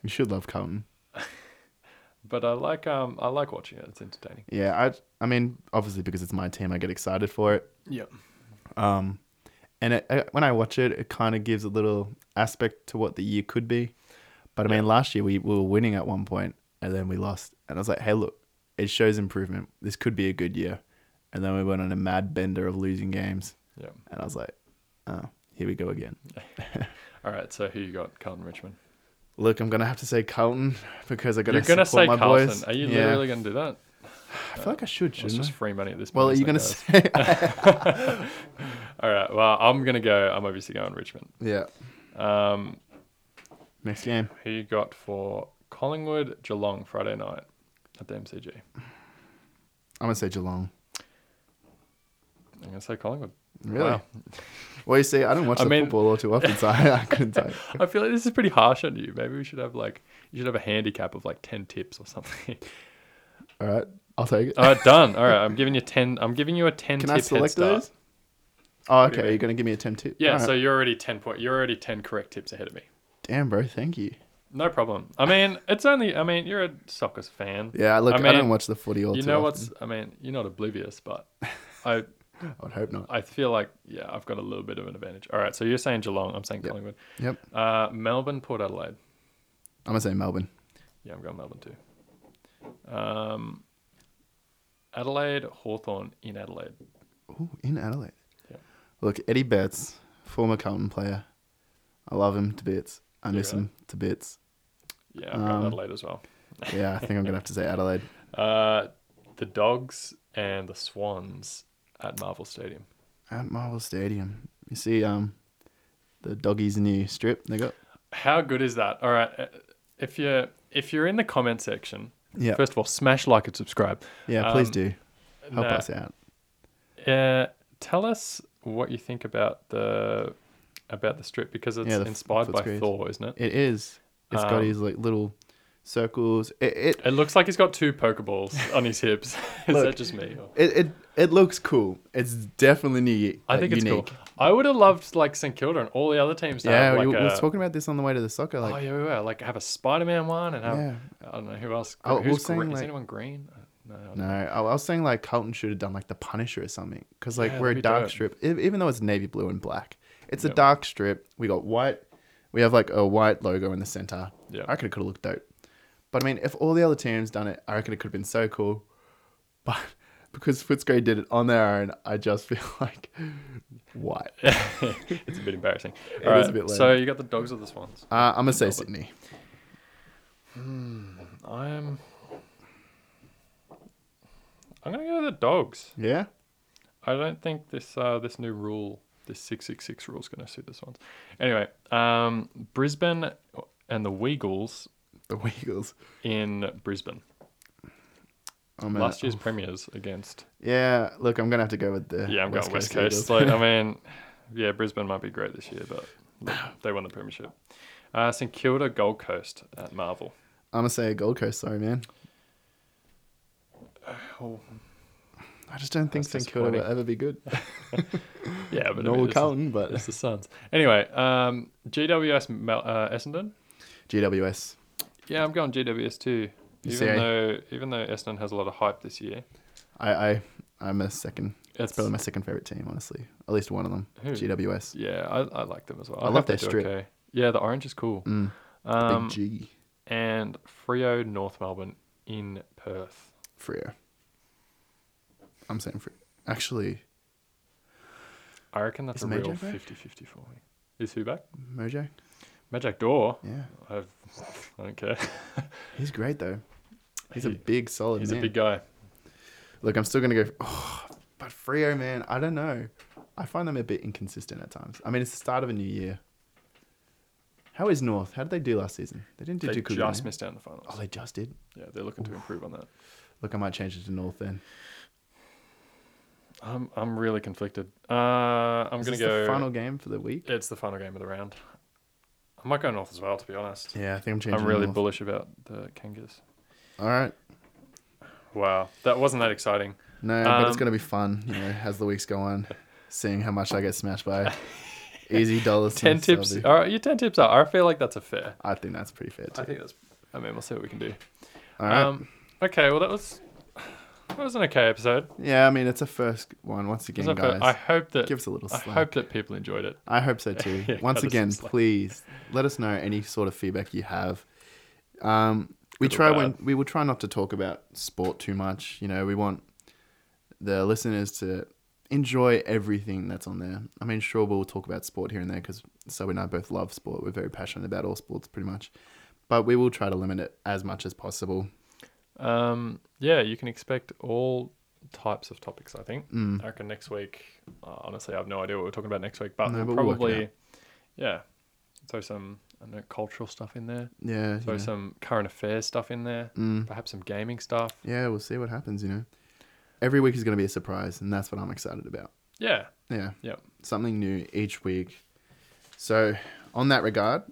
Speaker 1: You should love Carlton.
Speaker 2: but I like um I like watching it. It's entertaining.
Speaker 1: Yeah, I I mean, obviously because it's my team, I get excited for it.
Speaker 2: Yep.
Speaker 1: Um, and it, I, when I watch it, it kind of gives a little aspect to what the year could be. But I mean, last year we, we were winning at one point and then we lost. And I was like, hey, look, it shows improvement. This could be a good year. And then we went on a mad bender of losing games.
Speaker 2: Yep.
Speaker 1: And I was like, oh, here we go again.
Speaker 2: All right. So who you got? Carlton Richmond.
Speaker 1: Look, I'm going to have to say Carlton because I got to
Speaker 2: You're gonna
Speaker 1: support
Speaker 2: say
Speaker 1: my
Speaker 2: Carlton.
Speaker 1: boys.
Speaker 2: Are you
Speaker 1: Yeah.
Speaker 2: literally gonna do that?
Speaker 1: I feel like I should,
Speaker 2: It's
Speaker 1: shouldn't
Speaker 2: just
Speaker 1: I?
Speaker 2: free money at this point.
Speaker 1: Well, are
Speaker 2: it's
Speaker 1: you
Speaker 2: no
Speaker 1: going to
Speaker 2: goes.
Speaker 1: say?
Speaker 2: All right. Well, I'm gonna go. I'm obviously going Richmond.
Speaker 1: yeah.
Speaker 2: Um,
Speaker 1: Next game.
Speaker 2: who you got for Collingwood Geelong Friday night at the MCG?
Speaker 1: I'm going to say Geelong.
Speaker 2: I'm gonna say Collingwood.
Speaker 1: Really?
Speaker 2: Wow.
Speaker 1: Well, you see, I don't watch
Speaker 2: I
Speaker 1: the
Speaker 2: mean-
Speaker 1: football all too often, so I, I couldn't tell. you.
Speaker 2: I feel like this is pretty harsh on you. Maybe we should have like you should have a handicap of like ten tips or something.
Speaker 1: All right, I'll take it.
Speaker 2: All right, done. All right, I'm giving you ten. I'm giving you a ten.
Speaker 1: Can
Speaker 2: tip
Speaker 1: I
Speaker 2: head
Speaker 1: select
Speaker 2: start.
Speaker 1: those? Oh,
Speaker 2: do you
Speaker 1: okay. You're
Speaker 2: mean?
Speaker 1: gonna give me a ten tip.
Speaker 2: Yeah.
Speaker 1: All right.
Speaker 2: So you're already ten point. You're already ten correct tips ahead of me.
Speaker 1: damn, bro, thank you.
Speaker 2: No problem. I mean, it's only. I mean, you're a Sockers fan.
Speaker 1: Yeah, look, I,
Speaker 2: I mean,
Speaker 1: don't watch the footy all
Speaker 2: you
Speaker 1: too often.
Speaker 2: know what's i mean you're not oblivious but i
Speaker 1: I would hope not.
Speaker 2: I feel like yeah, I've got a little bit of an advantage. All right, so you're saying Geelong, I'm saying
Speaker 1: Yep.
Speaker 2: Collingwood.
Speaker 1: Yep.
Speaker 2: Uh, Melbourne, Port Adelaide.
Speaker 1: I'm gonna say Melbourne.
Speaker 2: Yeah, I'm going Melbourne too. Um, Adelaide, Hawthorn in Adelaide.
Speaker 1: Ooh, in Adelaide.
Speaker 2: Yeah.
Speaker 1: Look, Eddie Betts, former Carlton player. I love him to bits. I
Speaker 2: You
Speaker 1: miss
Speaker 2: really?
Speaker 1: him to bits.
Speaker 2: Yeah, I'm going
Speaker 1: Um,
Speaker 2: Adelaide as well.
Speaker 1: Yeah, I think I'm gonna have to say Adelaide.
Speaker 2: Uh, the Dogs and the Swans at Marvel Stadium.
Speaker 1: At Marvel Stadium. You see, um, the doggies new strip they got.
Speaker 2: How good is that? All right, uh, if you're if you're in the comment section,
Speaker 1: Yeah.
Speaker 2: first of all, smash like and subscribe.
Speaker 1: yeah, please
Speaker 2: um,
Speaker 1: do. Help
Speaker 2: Nah,
Speaker 1: us out.
Speaker 2: Uh, tell us what you think about the about the strip because it's
Speaker 1: Yeah, the f-
Speaker 2: inspired by
Speaker 1: footscrees.
Speaker 2: Thor, isn't it?
Speaker 1: It is. It's got
Speaker 2: um,
Speaker 1: these like little circles. It it,
Speaker 2: It looks like he's got two pokeballs on his hips. Is
Speaker 1: Look, uh,
Speaker 2: that just me? or-
Speaker 1: it it it looks cool. It's definitely new. uh,
Speaker 2: I think it's
Speaker 1: unique.
Speaker 2: cool. I would have loved like St Kilda and all the other teams. To
Speaker 1: Yeah,
Speaker 2: have, like,
Speaker 1: we, we
Speaker 2: a,
Speaker 1: were talking about this on the way to the soccer. Like,
Speaker 2: oh yeah, we were like have a Spider Man one and have
Speaker 1: Yeah.
Speaker 2: I don't know who else.
Speaker 1: Oh, we're
Speaker 2: who's
Speaker 1: saying,
Speaker 2: green? Is
Speaker 1: like-
Speaker 2: anyone green? Uh, No. I don't
Speaker 1: No, I I was saying like Carlton should have done like the Punisher or something because like
Speaker 2: Yeah,
Speaker 1: we're
Speaker 2: that'd
Speaker 1: a
Speaker 2: be
Speaker 1: dark
Speaker 2: dope.
Speaker 1: strip, e- even though it's navy blue and black. It's a
Speaker 2: Yep.
Speaker 1: dark strip. We got white. We have like a white logo in the center.
Speaker 2: Yep.
Speaker 1: I reckon it could have looked dope. But I mean, if all the other teams done it, I reckon it could have been so cool. But because Footscray did it on their own, I just feel like why? Uh,
Speaker 2: it's a bit embarrassing.
Speaker 1: It
Speaker 2: All right,
Speaker 1: is a bit
Speaker 2: so you got the dogs or the swans?
Speaker 1: I'm gonna say Sydney.
Speaker 2: I'm. I'm gonna go with the dogs.
Speaker 1: Yeah,
Speaker 2: I don't think this uh, this new rule, this six six six rule, is gonna suit this one. Anyway, um, Brisbane and the Weagles
Speaker 1: the Eagles.
Speaker 2: in Brisbane
Speaker 1: I'm
Speaker 2: last
Speaker 1: a,
Speaker 2: year's premiers against.
Speaker 1: yeah, look, I'm gonna have to go with the
Speaker 2: Yeah, I'm going West Coast.
Speaker 1: Eagles.
Speaker 2: Like, I mean, yeah, Brisbane might be great this year, but look, they won the premiership. Uh, St Kilda, Gold Coast at Marvel.
Speaker 1: I'm gonna say Gold Coast. Sorry, man.
Speaker 2: Oh.
Speaker 1: I just don't think
Speaker 2: That's
Speaker 1: St Kilda will
Speaker 2: disappointing.
Speaker 1: ever be good.
Speaker 2: Yeah, but
Speaker 1: Nor
Speaker 2: I mean,
Speaker 1: will
Speaker 2: it's the-
Speaker 1: Carlton, but
Speaker 2: It's the Suns. Anyway, um, GWS Mel- uh, Essendon.
Speaker 1: GWS.
Speaker 2: Yeah, I'm going GWS too.
Speaker 1: You
Speaker 2: even
Speaker 1: see, eh?
Speaker 2: though even though Essendon has a lot of hype this year,
Speaker 1: I, I, I'm a second.
Speaker 2: it's
Speaker 1: Probably my second favorite team, honestly. At least one of them.
Speaker 2: Who?
Speaker 1: GWS.
Speaker 2: yeah, I, I like them as well.
Speaker 1: I
Speaker 2: hope
Speaker 1: love
Speaker 2: they
Speaker 1: their
Speaker 2: do
Speaker 1: strip.
Speaker 2: Okay. Yeah, the orange is cool.
Speaker 1: Mm,
Speaker 2: Um,
Speaker 1: Big G.
Speaker 2: and Frio North Melbourne in Perth.
Speaker 1: Freo. I'm saying Freo. Actually,
Speaker 2: I reckon that's
Speaker 1: Is
Speaker 2: a real
Speaker 1: Majak back?
Speaker 2: 50-50 for me. Is who back?
Speaker 1: Mojo.
Speaker 2: Magic Door.
Speaker 1: Yeah,
Speaker 2: I've, I don't care.
Speaker 1: he's great though. He's
Speaker 2: He-
Speaker 1: a big solid
Speaker 2: He's
Speaker 1: man.
Speaker 2: a big guy.
Speaker 1: Look, I'm still gonna go. Oh, but Freo, man, I don't know. I find them a bit inconsistent at times. I mean, it's the start of a new year. How is North? How did they do last season? They didn't do
Speaker 2: They
Speaker 1: too good.
Speaker 2: just
Speaker 1: eh?
Speaker 2: missed out on the finals.
Speaker 1: Oh, they just did.
Speaker 2: yeah, they're looking to improve on that.
Speaker 1: Look, I might change it to North then.
Speaker 2: I'm I'm really conflicted. Uh, I'm
Speaker 1: Is
Speaker 2: gonna
Speaker 1: this
Speaker 2: go.
Speaker 1: the final game for the week.
Speaker 2: It's the final game of the round. I might go north as well, to be honest.
Speaker 1: Yeah, I think I'm changing.
Speaker 2: I'm really
Speaker 1: North.
Speaker 2: bullish about the Kangas.
Speaker 1: All right.
Speaker 2: Wow, that wasn't that exciting.
Speaker 1: No, but it's
Speaker 2: Um,
Speaker 1: gonna be fun. You know, as the weeks go on, seeing how much I get smashed by easy dollars.
Speaker 2: Ten tips. All right, your ten tips are. I feel like that's a fair.
Speaker 1: I think that's pretty fair
Speaker 2: I
Speaker 1: too.
Speaker 2: think that's. I mean, we'll see what we can do.
Speaker 1: All right.
Speaker 2: Um, okay. Well, that was that was an okay episode. It
Speaker 1: yeah, I mean it's a first one once
Speaker 2: was
Speaker 1: again,
Speaker 2: a fair-
Speaker 1: guys.
Speaker 2: I hope that
Speaker 1: give us a little
Speaker 2: I
Speaker 1: slack.
Speaker 2: hope that people enjoyed it.
Speaker 1: I hope so too.
Speaker 2: Yeah,
Speaker 1: once
Speaker 2: cut us
Speaker 1: again,
Speaker 2: some slack.
Speaker 1: please let us know any sort of feedback you have. Um, we
Speaker 2: Good or
Speaker 1: try
Speaker 2: bad.
Speaker 1: when we will try not to talk about sport too much. You know, we want the listeners to enjoy everything that's on there. I mean, sure, we'll talk about sport here and there because Sobe and I both love sport. We're very passionate about all sports, pretty much. But we will try to limit it as much as possible.
Speaker 2: Um, yeah, you can expect all types of topics. I think.
Speaker 1: Mm,
Speaker 2: I reckon next week. Uh, honestly, I have no idea what we're talking about next week, but
Speaker 1: No,
Speaker 2: we'll
Speaker 1: but we'll work it
Speaker 2: probably. yeah, throw some I don't know, cultural stuff in there.
Speaker 1: Yeah, you
Speaker 2: Throw
Speaker 1: know.
Speaker 2: some current affairs stuff in there.
Speaker 1: Mm.
Speaker 2: Perhaps some gaming stuff.
Speaker 1: yeah, we'll see what happens. You know, every week is going to be a surprise, and that's what I'm excited about.
Speaker 2: Yeah.
Speaker 1: Yeah.
Speaker 2: Yep.
Speaker 1: Something new each week. So, on that regard,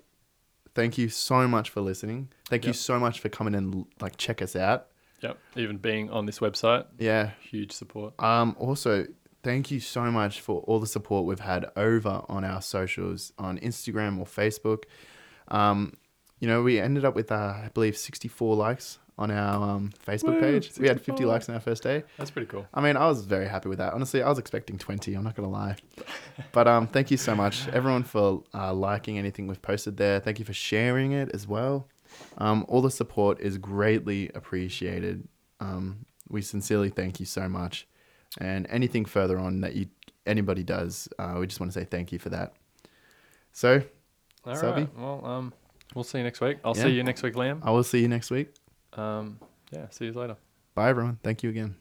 Speaker 1: thank you so much for listening. Thank you
Speaker 2: Yep.
Speaker 1: so much for coming and like check us out.
Speaker 2: Yep. Even being on this website,
Speaker 1: Yeah.
Speaker 2: huge support.
Speaker 1: Um also, thank you so much for all the support we've had over on our socials on Instagram or Facebook. Um you know, we ended up with uh, I believe 64 likes on our um, Facebook
Speaker 2: Woo,
Speaker 1: page. We had 50
Speaker 2: 64.
Speaker 1: likes on our first day.
Speaker 2: That's pretty cool.
Speaker 1: I mean, I was very happy with that. Honestly, I was expecting 20. I'm not going to lie. But um, thank you so much, everyone, for uh, liking anything we've posted there. Thank you for sharing it as well. Um, all the support is greatly appreciated. Um, we sincerely thank you so much. And anything further on that you anybody does, uh, we just want to say thank you for that. So
Speaker 2: All right.
Speaker 1: Subby?
Speaker 2: Well, um, we'll see you next week. I'll
Speaker 1: Yeah.
Speaker 2: see you next week, Liam.
Speaker 1: I will see you next week.
Speaker 2: Um, yeah. See you later.
Speaker 1: Bye, everyone. Thank you again.